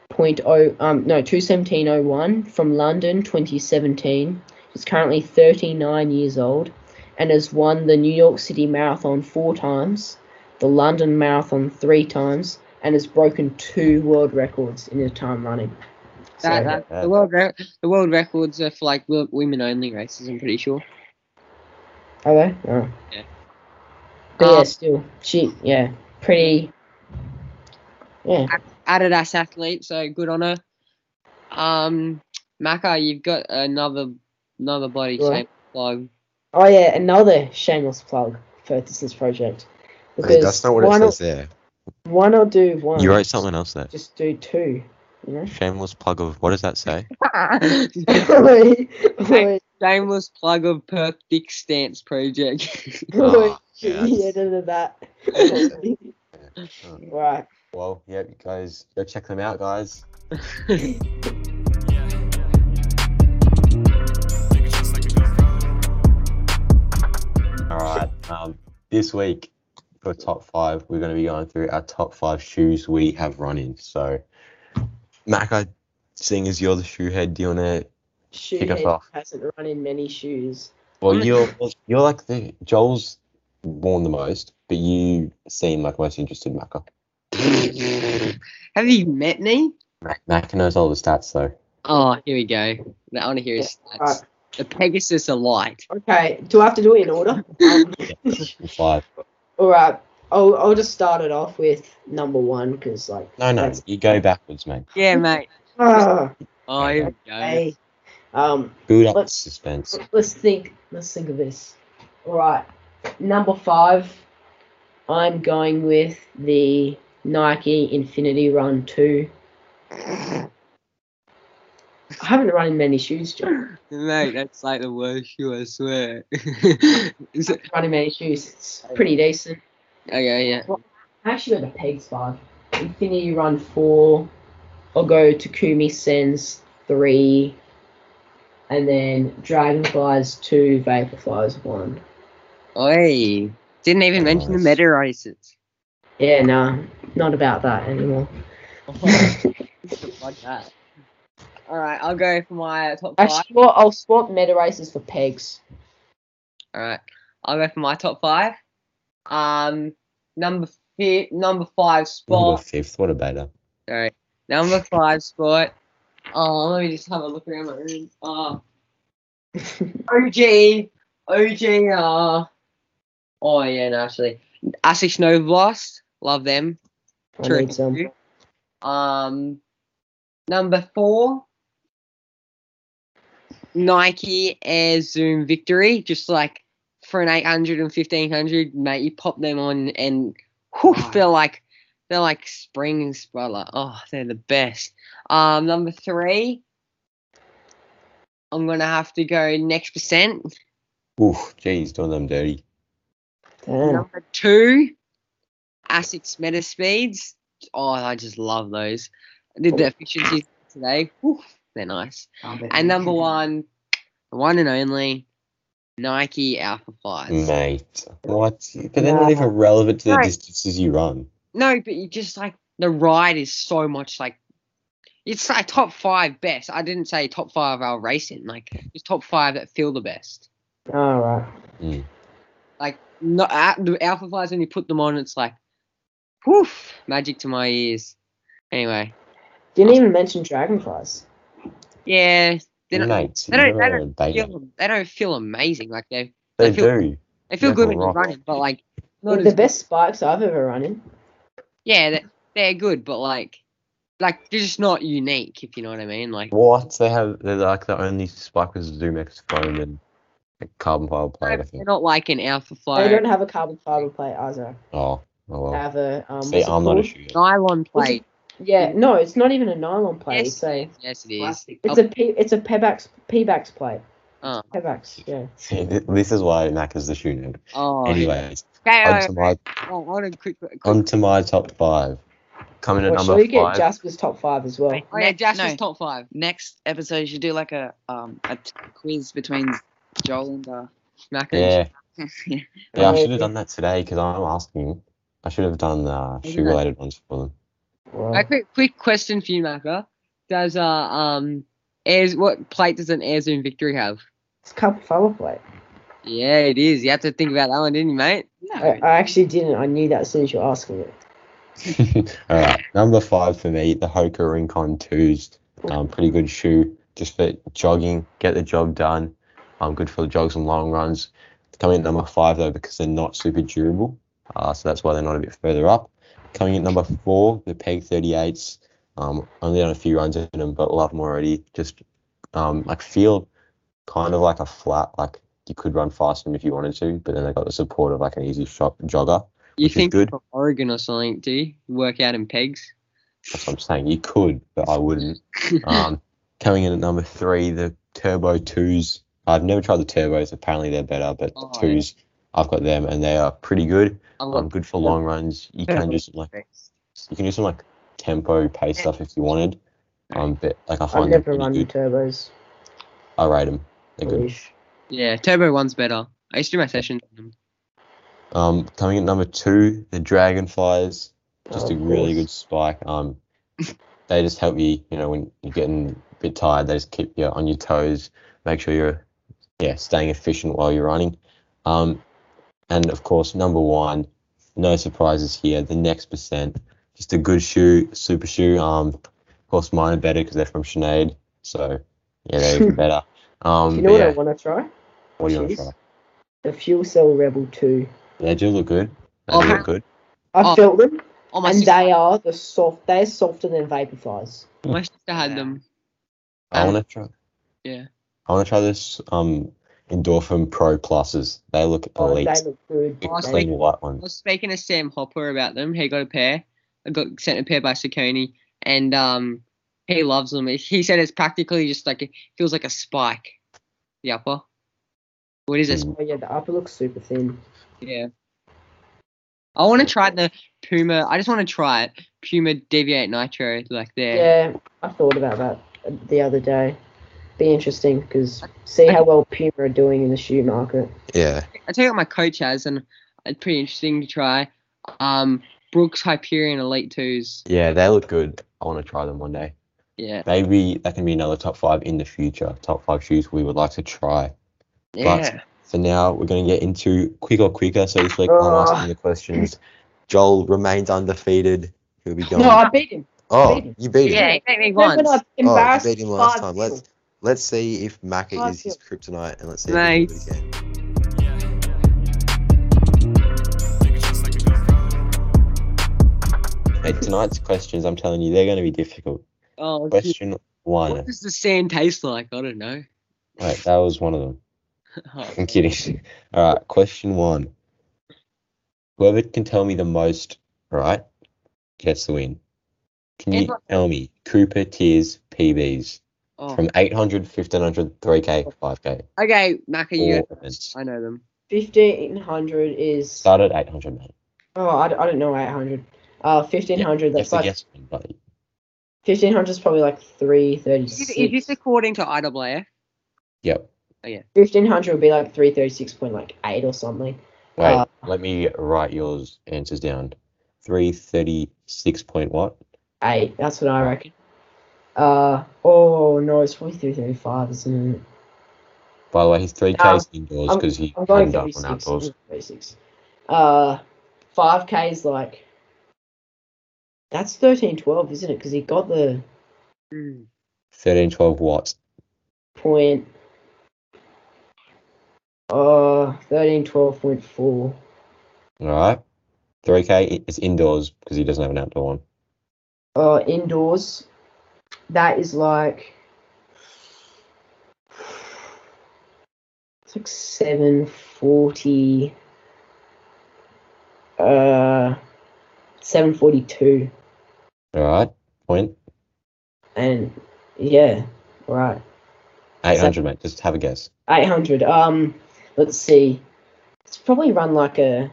A: point oh um no two seventeen oh one from London twenty seventeen. He's currently thirty nine years old, and has won the New York City Marathon four times, the London Marathon three times, and has broken two world records in his time running. So,
B: That, that,
C: yeah.
B: the world re- the world records are for like wo- women only races. I'm pretty sure.
A: Are they? Oh.
B: Yeah.
A: But yeah,
B: Um,
A: still, she yeah, pretty. Yeah,
B: Adidas athlete, so good on her. Um, Maka, you've got another another body
A: Right.
B: shape plug.
A: Oh yeah, another shameless plug for Distance Project.
C: Hey, that's not what
A: why
C: it says there.
A: Not, why not do one?
C: You wrote something else there.
A: Just do two. You know.
C: Shameless plug of what does that say?
B: Oh,
A: Oi, oi,
B: Shameless plug of Perth Dick Stance Project.
A: oi.
C: Oh, yeah,
A: He
C: that's-
A: edited that. right.
C: Well, yeah, you guys, go check them out, guys.
D: Yeah. Think it's just like a GoPro.
C: All right. Um, this week for top five, we're going to be going through our top five shoes we have run in. So, Mac, I seeing as you're the shoe head, do you want to?
A: Shoe
C: Kick us
A: head
C: off.
A: hasn't run in many shoes.
C: Well,
B: I'm the-
C: you're you're like the Joel's worn the most, but you seem like most interested, Mac.
B: Have you met me?
C: Mac, Mac knows all the stats though.
B: Oh, here we go. I want to hear his stats.
A: Alright.
B: The Pegasus Elite.
A: Okay. Do I have to do it in order? Um,
C: Five.
A: all right. I'll, I'll just start it off with number one because like.
C: No, no,
A: That's-
C: you go backwards, mate.
B: Yeah, mate.
A: ah,
B: Oh, here we go.
A: hey. Um.
C: Build up the
A: Let's-
C: suspense.
A: Let's think. Let's think of this. All right, number five. I'm going with the Nike Infinity Run Two. I haven't run in many shoes, John.
B: Mate, that's like the worst shoe, I swear. Is it-
A: Run in many shoes. It's pretty decent.
B: okay, yeah.
A: I actually went to Pegs Five. Infinity Run Four. I'll go Takumi Sen's Three. And then Dragonflies Two, Vaporflies One.
B: Oi. Didn't even mention the
C: Nice.
B: meta races.
A: Yeah, nah, not about that anymore.
B: Oh, like that. All right, I'll go for my top five.
A: Actually, well, I'll swap meta races for pegs.
B: All right, I'll go for my top five. Um, number fi- number five
C: Number
B: spot.
C: fifth. What a better.
B: All right, number five spot. Oh, let me just have a look around my room. Oh, OG, OG. Uh, oh yeah, no, actually, Asics Snow Blast. Love them.
A: I
B: True.
A: need some.
B: Um, number four, Nike Air Zoom Victory. Just like for an 800 and 1500, mate, you pop them on and whew,
E: Wow.
B: they're like they're like springs, brother. oh, they're the best. Um, number three, I'm gonna have to go next percent.
C: Oof, geez, doing them dirty.
A: Damn.
B: Number two, Asics Meta Speeds. Oh, I just love those. I did the efficiencies today. Whew, they're nice. And number one, the one and only Nike Alpha Flies.
C: Mate, what? But they're not even relevant to the
B: Right.
C: distances you run.
B: No, but you just like the ride is so much like it's like top five best. I didn't say top five I'll race in, like it's top five that feel the best.
A: All right.
B: No, Al- the Alpha Flies when you put them on, it's like woof, magic to my ears. Anyway.
A: Didn't even mention dragonflies.
B: Yeah, they don't,
C: Mate,
B: they don't-
C: you're
B: they
C: a baby.
B: feel, they don't feel amazing. Like they
C: They
B: they feel-
C: do.
B: they feel
C: They're
B: good when you're
C: rock.
B: running, but like not
A: They're
B: as
A: the best spikes I've ever run in.
B: yeah, they're, they're good, but like like they're just not unique. If you know what I mean, like
C: What? They have, they're like the only spike with Zoomex foam and a carbon fiber plate, I
B: they're
C: think.
B: not like an alpha
A: They
B: flyer,
A: don't have a carbon fiber plate either.
C: Oh, oh
A: They
C: well.
A: have a um.
C: See,
A: what's it
C: I'm not a
A: called?
C: shooter.
B: nylon
A: What's it-
B: plate.
A: Yeah, no, it's not even a nylon plate.
B: Yes.
A: It's a
B: Yes, it is.
A: it's a P, it's a Pebax Pebax plate.
B: Oh.
A: Pebax, yeah.
C: See, th- this is why Mac is the shooter.
B: Oh, okay,
C: Anyways,
B: okay,
C: onto my
B: oh, hold on, quick, quick. quick.
C: onto my top five. Coming at
A: Well,
C: number
A: should we get
C: five.
A: Jasper's top five as well?
B: Oh yeah,
E: No,
B: Jasper's
E: no.
B: top five.
E: Next episode, you should do like a um a t- quiz between Joel and uh,
B: Mac and
C: yeah,
E: yeah.
C: yeah. I
A: Yeah.
C: should have done that today because I'm asking. I should have done uh,
E: Isn't it?
C: shoe related ones for them.
A: Wow.
B: A quick, quick question for you, Maka. Does uh um, airs what plate does an air zoom victory have?
A: It's cup fella plate.
B: Yeah, it is. You have to think about that one, didn't you, mate?
A: I, I actually didn't. I knew that as soon as you were asking it.
C: All right, number five for me, the Hoka Rincon twos. Um, pretty good shoe just for jogging, get the job done. Um, good for the jogs and long runs. Coming at number five though, because they're not super durable, uh, so that's why they're not a bit further up. Coming at number four, the Peg 38s. Um, only done a few runs in them, but love them already. Just um, like feel kind of like a flat, like you could run fast in them if you wanted to, but then they got the support of like an easy shop jogger.
B: You
C: Which is
B: think
C: good.
B: from Oregon or something, do you? You Work out in pegs.
C: That's what I'm saying. You could, but I wouldn't. Um, coming in at number three, the Turbo Twos. I've never tried the Turbos. Apparently they're better, but
B: Oh,
C: the
B: yeah.
C: Twos, I've got them and they are pretty good.
B: I've got
C: Um, good for long runs. You can do some like
B: pegs.
C: you can do some like tempo pace stuff if you wanted. Um, but like I
A: I've
C: find them
A: never
C: pretty
A: run
C: good.
A: turbos.
C: I rate them. They're good.
A: Leash.
B: Yeah, Turbo One's better. I used to do my sessions on them.
C: Um, coming in at number two, the Dragonflies. just
A: Oh,
C: a
A: of
C: really
A: course.
C: good spike. Um, they just help you, you know, when you're getting a bit tired, they just keep you on your toes, make sure you're, yeah, staying efficient while you're running. Um, and of course, number one, no surprises here. The next percent, just a good shoe, super shoe. Um, of course, mine are better because they're from Sinead, so yeah, they're even better. Um,
A: you know
C: but
A: what I
C: yeah,
A: want to try?
C: what do you want to
A: choose?
C: try?
A: The fuel cell rebel two.
C: They do look good. They
B: Oh,
C: do
B: man.
C: look good.
A: I
B: Oh,
A: felt them,
B: Oh, my
A: and
B: sister,
A: they are the soft. They're softer than Vaporflies.
B: my sister had them.
C: I
B: Um,
C: want to try.
B: yeah.
C: I want to try this um Endorphin Pro Pluses. They look
A: Oh,
C: elite.
A: they look good.
C: The
B: Last
A: They-
C: clean white
B: I
C: ones.
B: was speaking to Sam Hopper about them. He got a pair. I got sent a pair by Saucony, and um, he loves them. He said it's practically just like it feels like a spike. The upper. What is it?
C: Mm.
A: Oh yeah, the upper looks super thin.
B: Yeah. I want to try the Puma. I just want to try it. Puma DV8 Nitro, like there.
A: Yeah, I thought about that the other day. Be interesting because see how well Puma are doing in the shoe market.
C: Yeah.
B: I tell you what my coach has, and it's pretty interesting to try. Um, Brooks Hyperion Elite Twos.
C: Yeah, they look good. I want to try them one day.
B: Yeah.
C: Maybe that can be another top five in the future. Top five shoes we would like to try.
B: Yeah.
C: For now, we're going to get into quick or quicker. So this week I'm
B: Oh.
A: Ugh.
C: asking the questions. Joel remains undefeated. He'll be going.
A: No, I beat him.
C: oh,
A: beat him.
C: you beat him.
B: Yeah, he beat me
A: Remember
B: once.
A: when I
C: Oh,
A: embarrassed
C: you beat him last
A: five
C: time.
A: people?
C: Let's let's see if Macca
A: Five
C: is his kryptonite, and let's see if he
B: Nice.
C: can do it again.
D: Yeah. Nigga just like a GoPro.
C: Hey, tonight's questions, I'm telling you, they're going to be difficult.
B: Oh, gee.
C: Question one.
B: What does the sand taste like? I don't know.
C: Right, that was one of them.
B: Oh,
C: I'm kidding. All right, question one. Whoever can tell me the most, right, gets the win. Can you
B: Everyone-
C: tell me Cooper Tears PBs
B: oh.
C: from 800, 1500, 3K, 5K,
B: Okay, Maka, you.
C: all events?
B: I know them.
A: Fifteen hundred is.
C: Start at 800, mate.
A: Oh, I, d- I don't know. Eight hundred. Uh, fifteen hundred.
C: You have
A: that's
C: to
A: like
C: guess one, buddy.
A: fifteen hundred is probably like three thirty
B: Is, is this
A: six.
B: according to IAAF?
C: Yep.
A: Fifteen hundred would be like three thirty six point like eight or something.
C: Wait,
A: Uh,
C: let me write yours answers down. 336 point what?
A: Eight. That's what I reckon. Uh oh no, it's probably three thirty five, isn't it?
C: By the way, he's 3Ks
A: Um,
C: indoors
A: I'm-
C: because he
A: I'm going
C: cleaned up
A: thirty
C: on
A: six.
C: outdoors.
A: Thirty six. Uh, five k is like. That's thirteen twelve, isn't it? Because he got the
B: Mm.
C: 13, 12 watts.
A: point. Uh, thirteen twelve point four.
C: All right. 3K is indoors because he doesn't have an outdoor one.
A: uh, indoors, that is like it's like seven forty, uh, seven forty two,
C: All right. Point.
A: and yeah, right,
C: 800, mate. Just have a guess.
A: eight hundred. Um, let's see, it's probably run like a.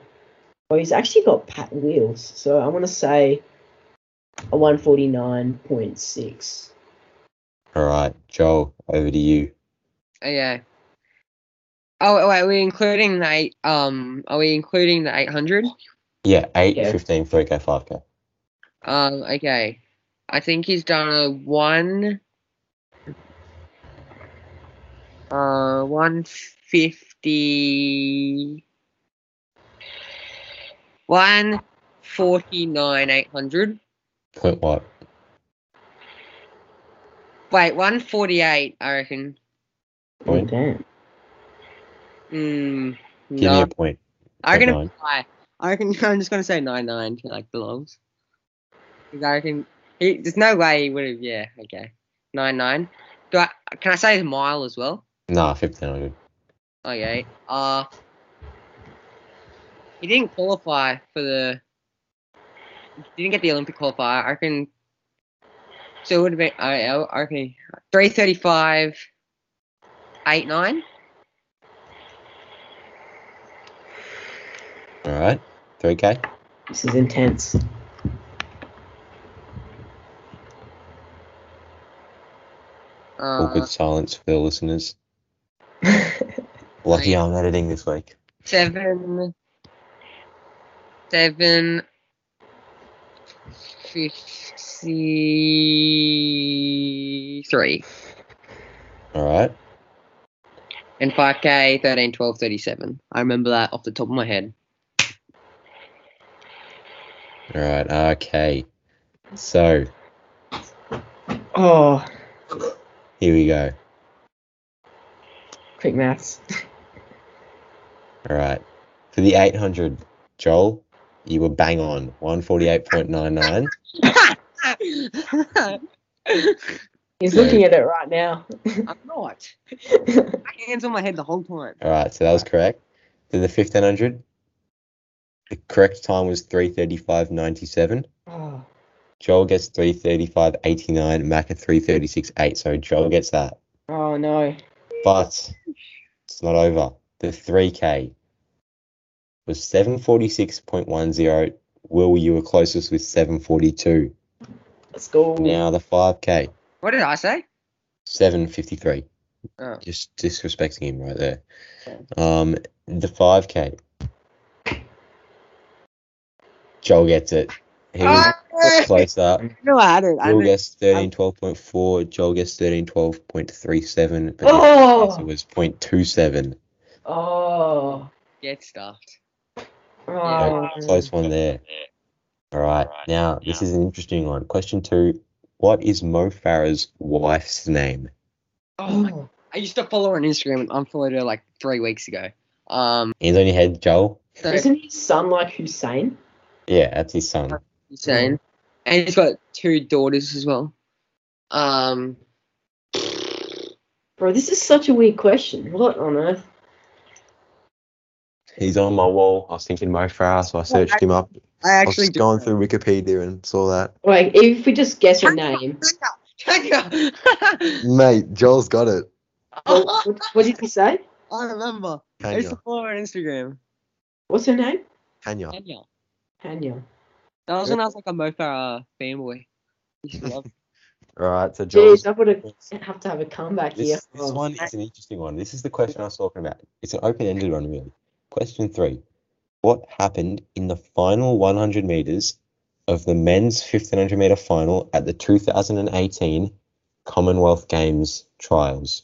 A: Well, he's actually got patent wheels, so I want to say a one forty nine point six.
C: All right. Joel, over to you.
B: Oh, yeah. Oh, wait, are we including the eight, um? Are we including the eight hundred?
C: Yeah. 8,
A: Yeah.
C: 15, 3K, 5K.
B: Um, okay. I think he's done a one. Uh, one fifty. One forty nine eight hundred.
C: Point what?
B: Wait, one forty eight. I reckon.
C: Point.
A: Oh, Damn.
B: Mm,
C: Give me
B: no,
C: a point.
B: I reckon.
C: nine.
B: I, I reckon. I'm just gonna say nine nine. Like belongs. 'Cause I reckon. He, there's no way he would have. Yeah. Okay. Nine nine. Do I? Can I say the mile as well?
C: Nah, fifteen hundred.
B: Okay. Uh he didn't qualify for the he didn't get the Olympic qualifier. I reckon so it would have been I I reckon three thirty five eight nine.
C: All right, three k.
A: This is intense.
B: Uh, uh,
C: Awkward silence for the listeners.
A: That's
C: Lucky I'm editing this week.
B: seven seven fifty three
C: All right.
B: and 5k 13 12 37 i remember that off the top of my head
C: All right. Okay. So
A: Oh,
C: here we go.
A: quick maths.
C: All right. For the 800, Joel, you were bang on 148.99.
B: I'm
A: He's looking at it right now.
B: not. My hands on my head the whole time.
C: All right. So that was correct. For the 1500, the correct time was 335.97.
A: oh,
C: Joel gets 335.89, Mac at 336.8. So Joel gets that.
A: oh no.
C: But it's not over. The 3K was 746.10. Will, you were closest with 742.
A: Let's go.
C: Now the 5K.
B: What did I say?
C: Seven fifty three.
B: Oh.
C: Just disrespecting him right there.
B: Okay.
C: Um, the five k. Joel gets it. He was closer.
B: no, I hadn't. I
C: Will
B: didn't.
C: gets thirteen twelve point four. Joel gets thirteen twelve point three seven. But
A: Oh.
C: it was point two seven.
A: Oh.
B: Get stuffed.
A: Oh.
C: close one there. All right. Now this is an interesting one. Question two. What is Mo Farah's wife's name?
B: Oh my. I used to follow her on Instagram and unfollowed her like three weeks ago. Um,
C: Hands on your head, Joel.
B: so
A: Isn't his son like Hussein?
C: Yeah, that's his son.
B: insane. And he's got two daughters as well. Um,
A: Bro, this is such a weird question. What on earth?
E: He's on my wall. I was thinking Mo Farah, so I searched him up.
B: I
E: I was
B: actually
E: just going through Wikipedia and saw that.
A: Wait, if we just guess a name,
B: I
E: Mate, Joel's got it.
A: what, what- what did you say?
B: remember. I used to
E: Kenya.
B: follow her on Instagram.
A: What's her name?
E: Kenya.
B: Kenya.
A: Hanya.
B: That was when I was like a Mo Farah fanboy. Used to love-
E: All right, so Joel's
A: Jeez, I would have have to have a comeback here.
C: This, this one is an interesting one. This is the question I was talking about. It's an open ended one, really. Question three What happened in the final 100 meters of the men's 1500 meter final at the 2018 Commonwealth Games trials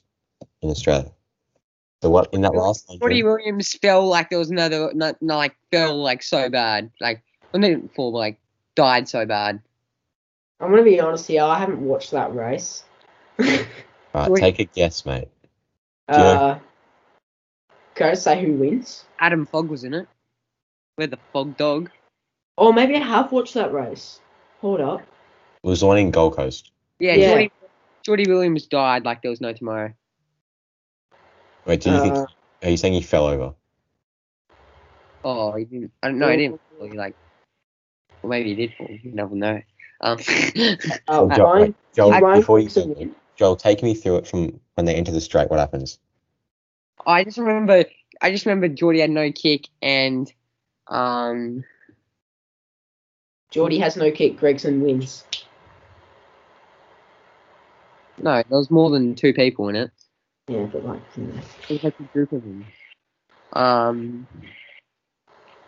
C: in Australia? So, what in that last
B: Woody
C: 100,
B: Williams fell like there was another, not, not like fell like so bad, like well, they didn't fall, but like died so bad.
A: I'm gonna be honest here. I haven't watched that race.
C: right, take a guess, mate.
A: Uh, can I say who wins?
B: Adam Fogg was in it. With the Fogg dog.
A: Or maybe I have watched that race. Hold up.
C: It was the one in Gold Coast.
B: Yeah,
A: Yeah.
B: Jordy, Jordy Williams died like there was no tomorrow.
C: Wait, do you
A: Uh,
C: think, are you saying he fell over?
B: Oh, he didn't. I don't know. He didn't. Fall. He like, well, maybe he did fall. You never know. Um,
A: Uh,
C: Joel,
A: Ryan,
C: wait, Joel,
A: Ryan
C: before you
A: Gibson
C: go,
A: win.
C: Joel, take me through it from when they enter the straight. What happens?
B: I just remember. I just remember Jordy had no kick and, um,
A: Geordie has no kick. Gregson wins.
B: no, there was more than two people in it.
A: Yeah, but like, you know.
B: It was like a group of them. Um,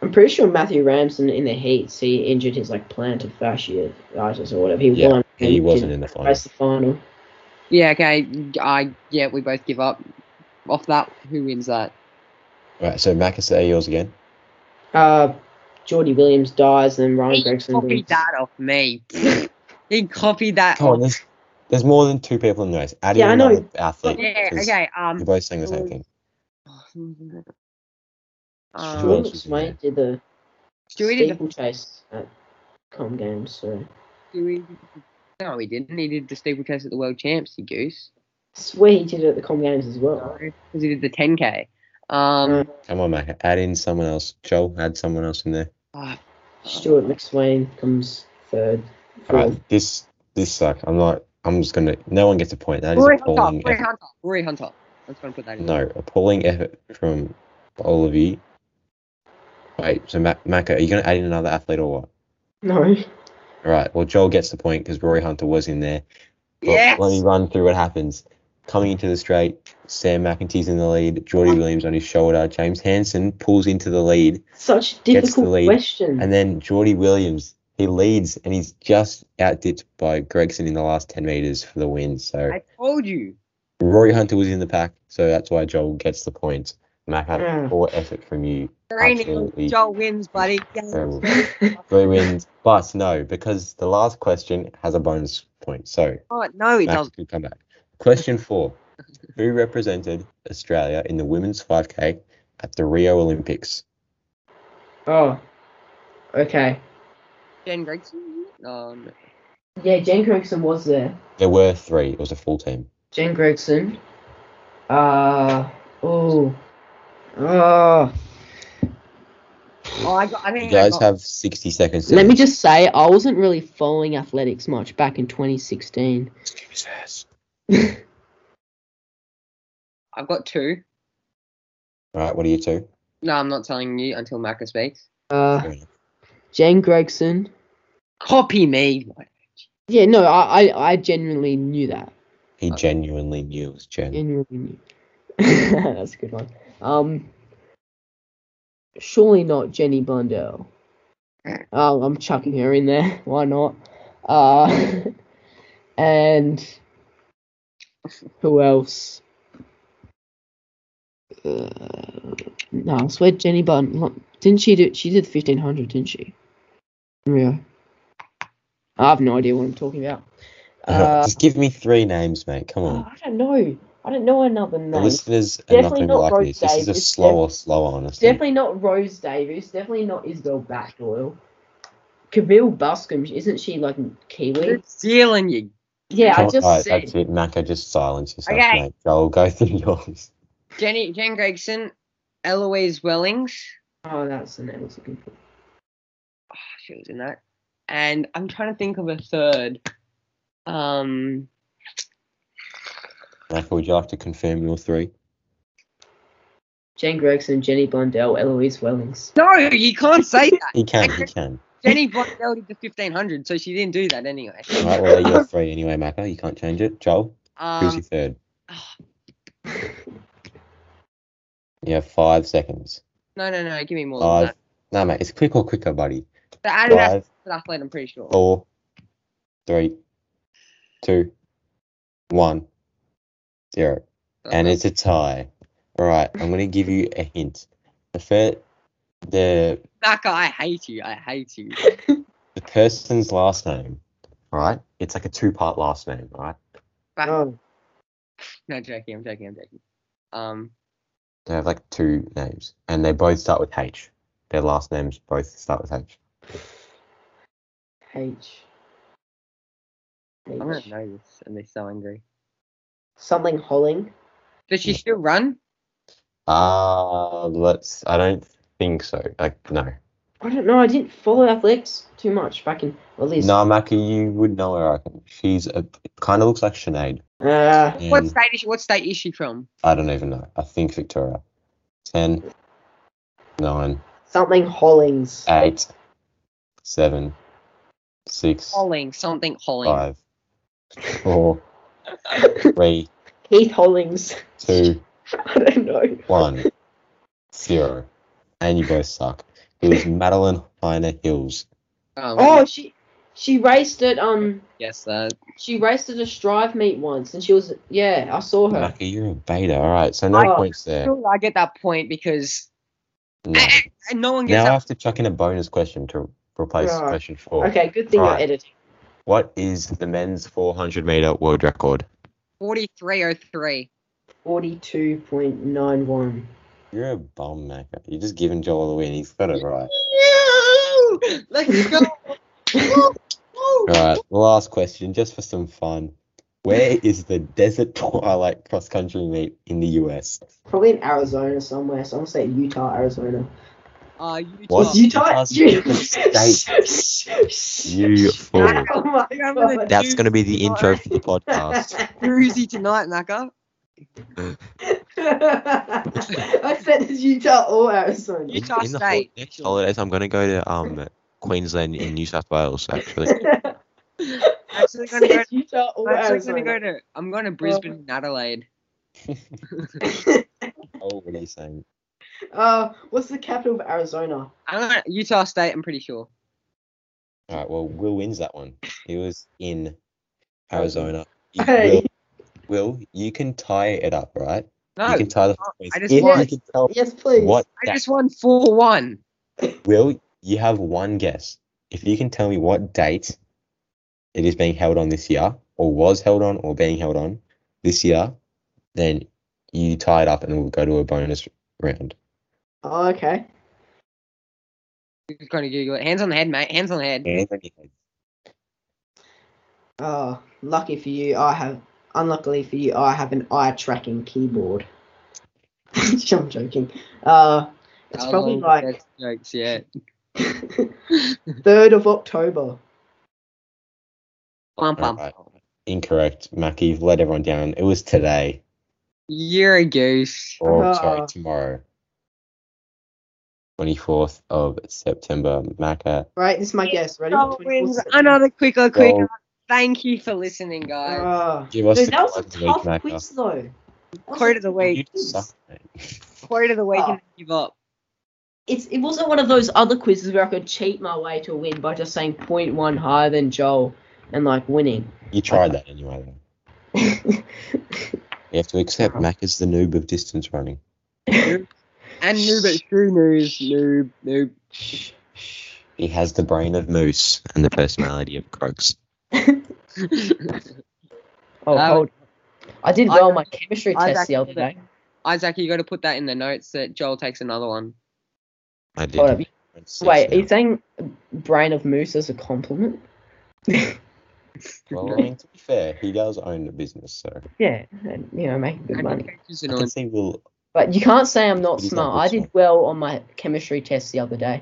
A: I'm pretty sure Matthew Ramsden in the heats he injured his like plantar fasciitis or whatever. He
C: Yeah,
A: won.
C: He wasn't
A: didn't
C: in the final.
A: race the final.
B: Yeah, okay. I yeah, we both give up. Off that, who wins that?
C: Right, so Macca, say yours again.
A: Uh, Jordy Williams dies, and Ryan
B: He
A: Gregson.
B: copied
A: wins.
B: that off me. he copied that.
C: Come on,
B: off-
C: there's, there's more than two people in the race. Add
A: Yeah,
C: in
A: I know.
C: another athlete.
B: Yeah.
C: 'cause
B: Okay.
C: You're
B: Um.
C: both saying the same thing.
B: um,
C: Sure.
A: Jordan Swain did the
B: do we did the,
A: steeplechase at Com Games. So
B: do we, No, he didn't. He did the steeplechase at the World Champs. You goose.
A: swear he did it at the Com Games as well.
B: Because he did the 10k. Um.
C: Come on, Macca. Add in someone else. Joel, add someone else in there.
B: ah,
A: Stuart McSwain comes third.
C: All
A: fourth.
C: right, this this sucked. I'm not. I'm just gonna. No one gets a point. That is
B: Rory Hunter.
C: appalling.
B: Rory
C: effort.
B: Hunter. Rory Hunter. I'm just gonna put that in.
C: No, appalling effort from all of you. Wait, so Ma- Macca, are you gonna add in another athlete or what?
A: No.
C: All right. Well, Joel gets the point because Rory Hunter was in there. But
B: Yes.
C: Let me run through what happens. Coming into the straight, Sam McEntee's in the lead. Geordie Williams on his shoulder. James Hansen pulls into the lead.
A: Such
C: Gets the
A: difficult
C: lead,
B: Mm.
A: question.
C: And then Geordie Williams, he leads and he's just outdipped by Gregson in the last 10 metres for the win. So
B: I told you.
C: Rory Hunter was in the pack, so that's why Joel gets the points. Mac had
A: Mm.
C: poor effort from you. Absolutely.
B: Green Joel wins, buddy. Yeah.
C: Terrible. Three wins. But no, because the last question has a bonus point. So
B: Oh, no, it
C: Mac
B: doesn't.
C: could come back. Question four Who represented Australia in the women's 5K at the Rio Olympics?
A: oh. Okay.
B: Jen Gregson? Um, No, no.
A: Yeah, Jen Gregson was there.
C: There were three. It was a full team.
A: Jen Gregson. Uh oh. Oh.
B: Oh, I, got, I
C: You
B: think I
C: guys
B: got,
C: have 60 seconds. to
A: Let me just say, I wasn't really following athletics much back in 2016.
B: I've got two.
C: All right, what are you two?
B: No, I'm not telling you until Marcus speaks.
A: Uh,
C: Fair enough.
A: Jen Gregson.
B: Copy me.
A: Yeah, no, I, I, I genuinely knew that.
C: He
A: uh,
C: genuinely knew it was Jen.
A: Genuinely knew. That's a good one. Um, surely not Jenny Blundell. Oh, I'm chucking her in there. Why not? Uh, and who else? Uh, no, I swear Jenny Blundell. Didn't she do? She did 1500, didn't she? Yeah. I have no idea what I'm talking about. Uh,
C: Just give me three names, mate. Come
A: Oh,
C: on.
A: I don't know. I don't know another
C: The
A: name.
C: listeners are not
A: Definitely
C: going to
A: not
C: like
A: Rose
C: this. This is a
A: Davies,
C: slower, slower, honestly.
A: Definitely not Rose Davies. Definitely not Isabel Batdoyle. Camille Buscombe, isn't she like Kiwi?
B: You're stealing you.
A: Yeah, I
C: Come on,
A: just
C: alright,
A: said.
C: That's it, Macca. Just silence yourself,
B: Okay.
C: mate. Joel, go through yours.
B: Jenny, Jen Gregson, Eloise Wellings.
A: Oh, that's the name I was looking for.
B: Ah, she was in that. And I'm trying to think of a third. Um,
C: Macca, would you like to confirm your three?
A: Jane Gregson, Jenny Blundell, Eloise Wellings.
B: no, you can't say that.
C: He can, he can.
B: Jenny Blondell did the 1500, so she didn't do that anyway.
C: All right, well, they're your three anyway, Macca. You can't change it. Joel, who's your
B: Um,
C: third? You have five seconds.
B: no, no, no, give me more than
C: Five.
B: that.
C: No, mate, it's quick or quicker, buddy.
B: The Adidas
C: Five,
B: athlete, I'm pretty sure.
C: four, three, two, one, zero. And it's a tie. All right, I'm going to give you a hint. The, fir- the,
B: Naka, I hate you. I hate you.
C: the person's last name, all right, it's like a two part last name, all right?
B: Back-
A: Oh,
B: No, I'm joking. I'm joking. I'm joking. Um,
C: They have like two names, and they both start with H. Their last names both start with H.
A: H.
B: I'm gonna
A: H.
B: know this, and they're so angry.
A: Something Holling.
B: Does she still run?
C: Ah, let's. I don't think so. Like, no.
A: I don't know. I didn't follow athletics too much back in. Well, at least.
C: No, Maki, you would know her. I reckon. She's a kind of looks like Sinead.
A: Uh,
B: What
C: and-
B: state is she? What state is she from?
C: I don't even know. I think Victoria. 10, 9,
A: something Hollings.
C: 8, 7, 6,
B: Holling, something Holling.
C: 5, 4, 3,
A: Keith Hollings.
C: 2,
A: I don't know.
C: 1, 0. And you both suck. It was Madeline Heiner Hills.
B: Um,
A: Oh, she she raced at um
B: yes, that.
A: she raced at a strive meet once, and she was yeah, I saw her.
C: Lucky you're a beta. All right, so no
A: Oh.
C: points there.
B: I get that point because
C: No.
B: and no one
C: Now
B: gets
C: I
B: that.
C: have to chuck in a bonus question to replace
A: Right.
C: question four.
A: Okay, good thing
C: Right.
A: you're editing.
C: What is the men's 400 meter world record?
B: 4303.
A: Forty-two point nine one.
C: You're a bum, Macker. You're just giving Joel the win. He's got it right.
B: Let's go.
C: All right, last question, just for some fun. Where is the Desert Twilight cross country meet in the US?
A: Probably in Arizona somewhere. So I'm gonna say Utah, Arizona.
B: Uh, Utah.
C: What?
A: Utah?
C: Utah's a
A: You.
C: different
A: State.
C: You fool.
A: Oh my
B: I'm gonna
A: god.
C: That's going to be the intro for the podcast.
B: Cruisy tonight, Naka.
A: I said it's Utah or Arizona.
B: Utah
C: in the hol-
B: State.
C: next holidays, I'm going to go to um Queensland in New South Wales, actually.
B: Actually, gonna go.
A: Said Utah
B: I'm
A: or
B: actually gonna
A: Arizona.
B: go to. I'm going to Brisbane and Adelaide.
C: oh, what are you saying?
A: Uh, what's the capital of Arizona?
B: I'm going to Utah State. I'm pretty sure.
C: All right, well, Will wins that one. He was in
B: Oh.
C: Arizona. You-
A: Hey.
C: Will, Will, you can tie it up, right?
B: No, Oh,
C: you can tie the points.
B: I just
C: If you
B: won.
C: can tell
A: Yes, please.
C: what
B: I just won four one.
C: Will, you have one guess. If you can tell me what date it is being held on this year, or was held on, or being held on this year, then you tie it up and we'll go to a bonus round.
A: Oh, okay.
B: He's going to Google it. Hands on the head, mate. Hands on the head.
C: Anthony,
A: Oh, lucky for you, I have. Unluckily for you, I have an eye tracking keyboard. I'm joking. Uh, it's
B: How
A: probably
B: long
A: like
B: Oh, that's jokes yet.
A: third of October.
B: Bum, bum.
C: Alright. Incorrect. Mackie, you've let everyone down. It was today.
B: You're a goose.
C: Or
A: Uh-huh.
C: sorry, tomorrow. 24th of September. Macca.
A: Right, this is my guess. Ready?
B: Joel
A: 24th
B: wins
A: September.
B: another quicker, quicker.
C: Joel,
B: Thank you for listening, guys.
A: Ah.
C: give us
A: Dude,
C: the
A: that was a
C: quote of the week,
A: tough
C: Macca.
A: quiz, though. That was
B: Quote
A: a-
B: of the
C: You
B: week.
C: suck, mate.
B: Quote of the week
A: Oh.
B: and give up.
A: It's, it wasn't one of those other quizzes where I could cheat my way to a win by just saying 0.1 higher than Joel and like winning.
C: You tried that anyway, though. You have to accept
A: Wow.
C: Mac is the noob of distance running.
B: And noob at true news. Noob, noob.
C: He has the brain of Moose and the personality of Croaks.
A: Oh,
B: Uh,
A: hold. I did
B: I-
A: well on my chemistry
B: I
A: test the other
B: actually
A: day.
B: Isaac, you got to put that in the notes that Joel takes another one.
C: I did.
A: Hold up.
C: Six
A: Wait, are you
C: now.
A: saying brain of moose as a compliment?
C: Well, I mean, to be fair, he does own the business, so
A: Yeah, and, you know, making good
B: And
A: money.
B: Coaches
C: I
B: annoying.
C: can see Will.
A: But you can't say I'm not
C: He's
A: smart.
C: not
A: I
C: good
A: did
C: smart.
A: well on my chemistry test the other day.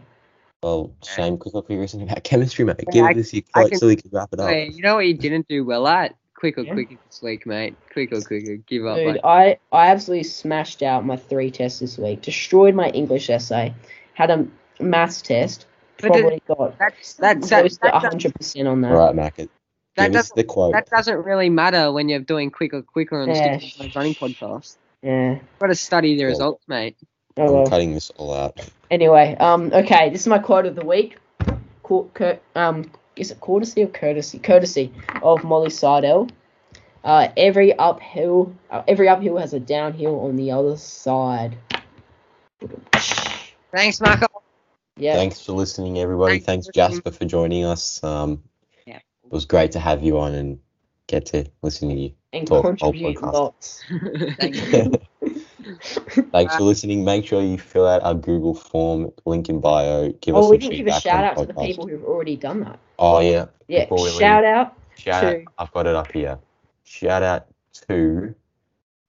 C: Well, shame, quick look at your reasoning about chemistry, mate.
B: Yeah,
C: Give
B: I-
C: it this your
B: I
C: quote
B: can-
C: so we can wrap it up.
B: Wait, you know what you didn't do well at? Quicker,
A: Yeah.
B: quicker this week, mate. Quicker, quicker. Give up.
A: Dude,
B: mate.
A: I, I absolutely smashed out my three tests this week. Destroyed my English essay. Had a maths test.
B: But did-
A: Probably got
B: That's that's that,
A: close to
B: that, that,
A: 100% on that.
C: All right, Mac. It,
B: that
C: give us
B: doesn't
C: the quote.
B: that doesn't really matter when you're doing quicker, quicker on the
A: Yeah.
B: Stupid running podcast.
A: Yeah.
B: Got to study the
C: Cool.
B: results, mate.
A: Oh,
C: I'm
A: well.
C: cutting this all out.
A: Anyway, um, okay, this is my quote of the week. Cour- cur- um, is it courtesy or courtesy? Courtesy of Molly Sardell. Uh, every uphill, uh, every uphill has a downhill on the other side.
B: Thanks, Marco.
A: Yeah.
C: Thanks for listening, everybody.
B: Thanks
C: Thanks,
B: for listening.
C: Jasper, for joining us. Um,
B: Yeah.
C: It was great to have you on and get to listen to you.
A: and
C: Talk all
A: contribute
C: podcast.
A: lots.
C: Thanks for listening. Make sure you fill out our Google form link in bio. Give us
A: Oh,
C: some
A: we didn't give a
C: feedback
A: shout
C: on
A: out to
C: the
A: the
C: podcast.
A: people who've already done that.
C: Oh yeah.
A: Yeah,
C: Before we leave.
A: shout out.
C: Shout out.
A: to-
C: I've got it up here. Shout out to.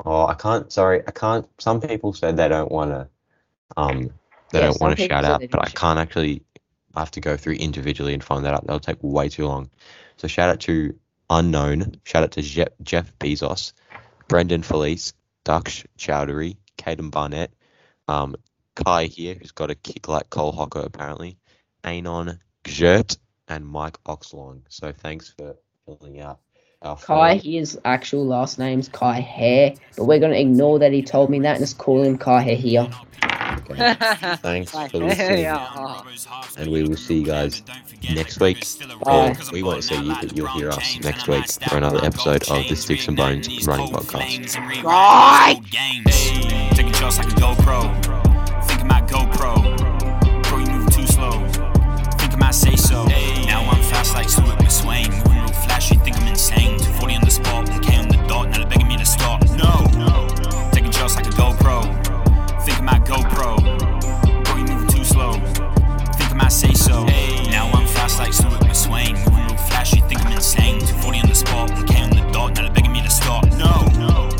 C: Oh, I can't. Sorry, I can't. Some people said they don't want to. Um, they
A: Yeah,
C: don't
A: some
C: want to
A: people
C: shout
A: said
C: out,
A: they
C: but I
A: didn't
C: can't actually. I have to go through individually and find that out. That'll take way too long. So shout out to unknown. Shout out to Jeff, Jeff Bezos, Brendan Felice, Daksh Chowdhury, Caden Barnett, um, Kai here, who's got a kick like Cole Hocker apparently, Anon Gjert, and Mike Oxlong. So thanks for filling out our
A: Kai,
C: form.
A: his actual last name's Kai Hare, but we're going to ignore that he told me that and just call him Kai Hare here.
C: Okay. Thanks for listening.
E: Yeah.
C: And we will see you guys next week.
F: Bye.
C: Or Uh, we won't see you, but you'll hear us next week for another episode of the Sticks and Bones Running Podcast.
D: Right. Taking shots like a GoPro. Think I might GoPro. Bro, you move too slow. Think I might say so. Now I'm fast like Stuart McSwain. Moving real flash, you think I'm insane. 240 on the spot, 1K on the dot. Now they're begging me to stop. No. Taking shots like a GoPro. Think I might GoPro. Bro, you move too slow think I might say so. Now I'm fast like Stuart McSwain. Moving real flash, you think I'm insane. 240 on the spot, 1K on the dot, now they're begging me to stop. No,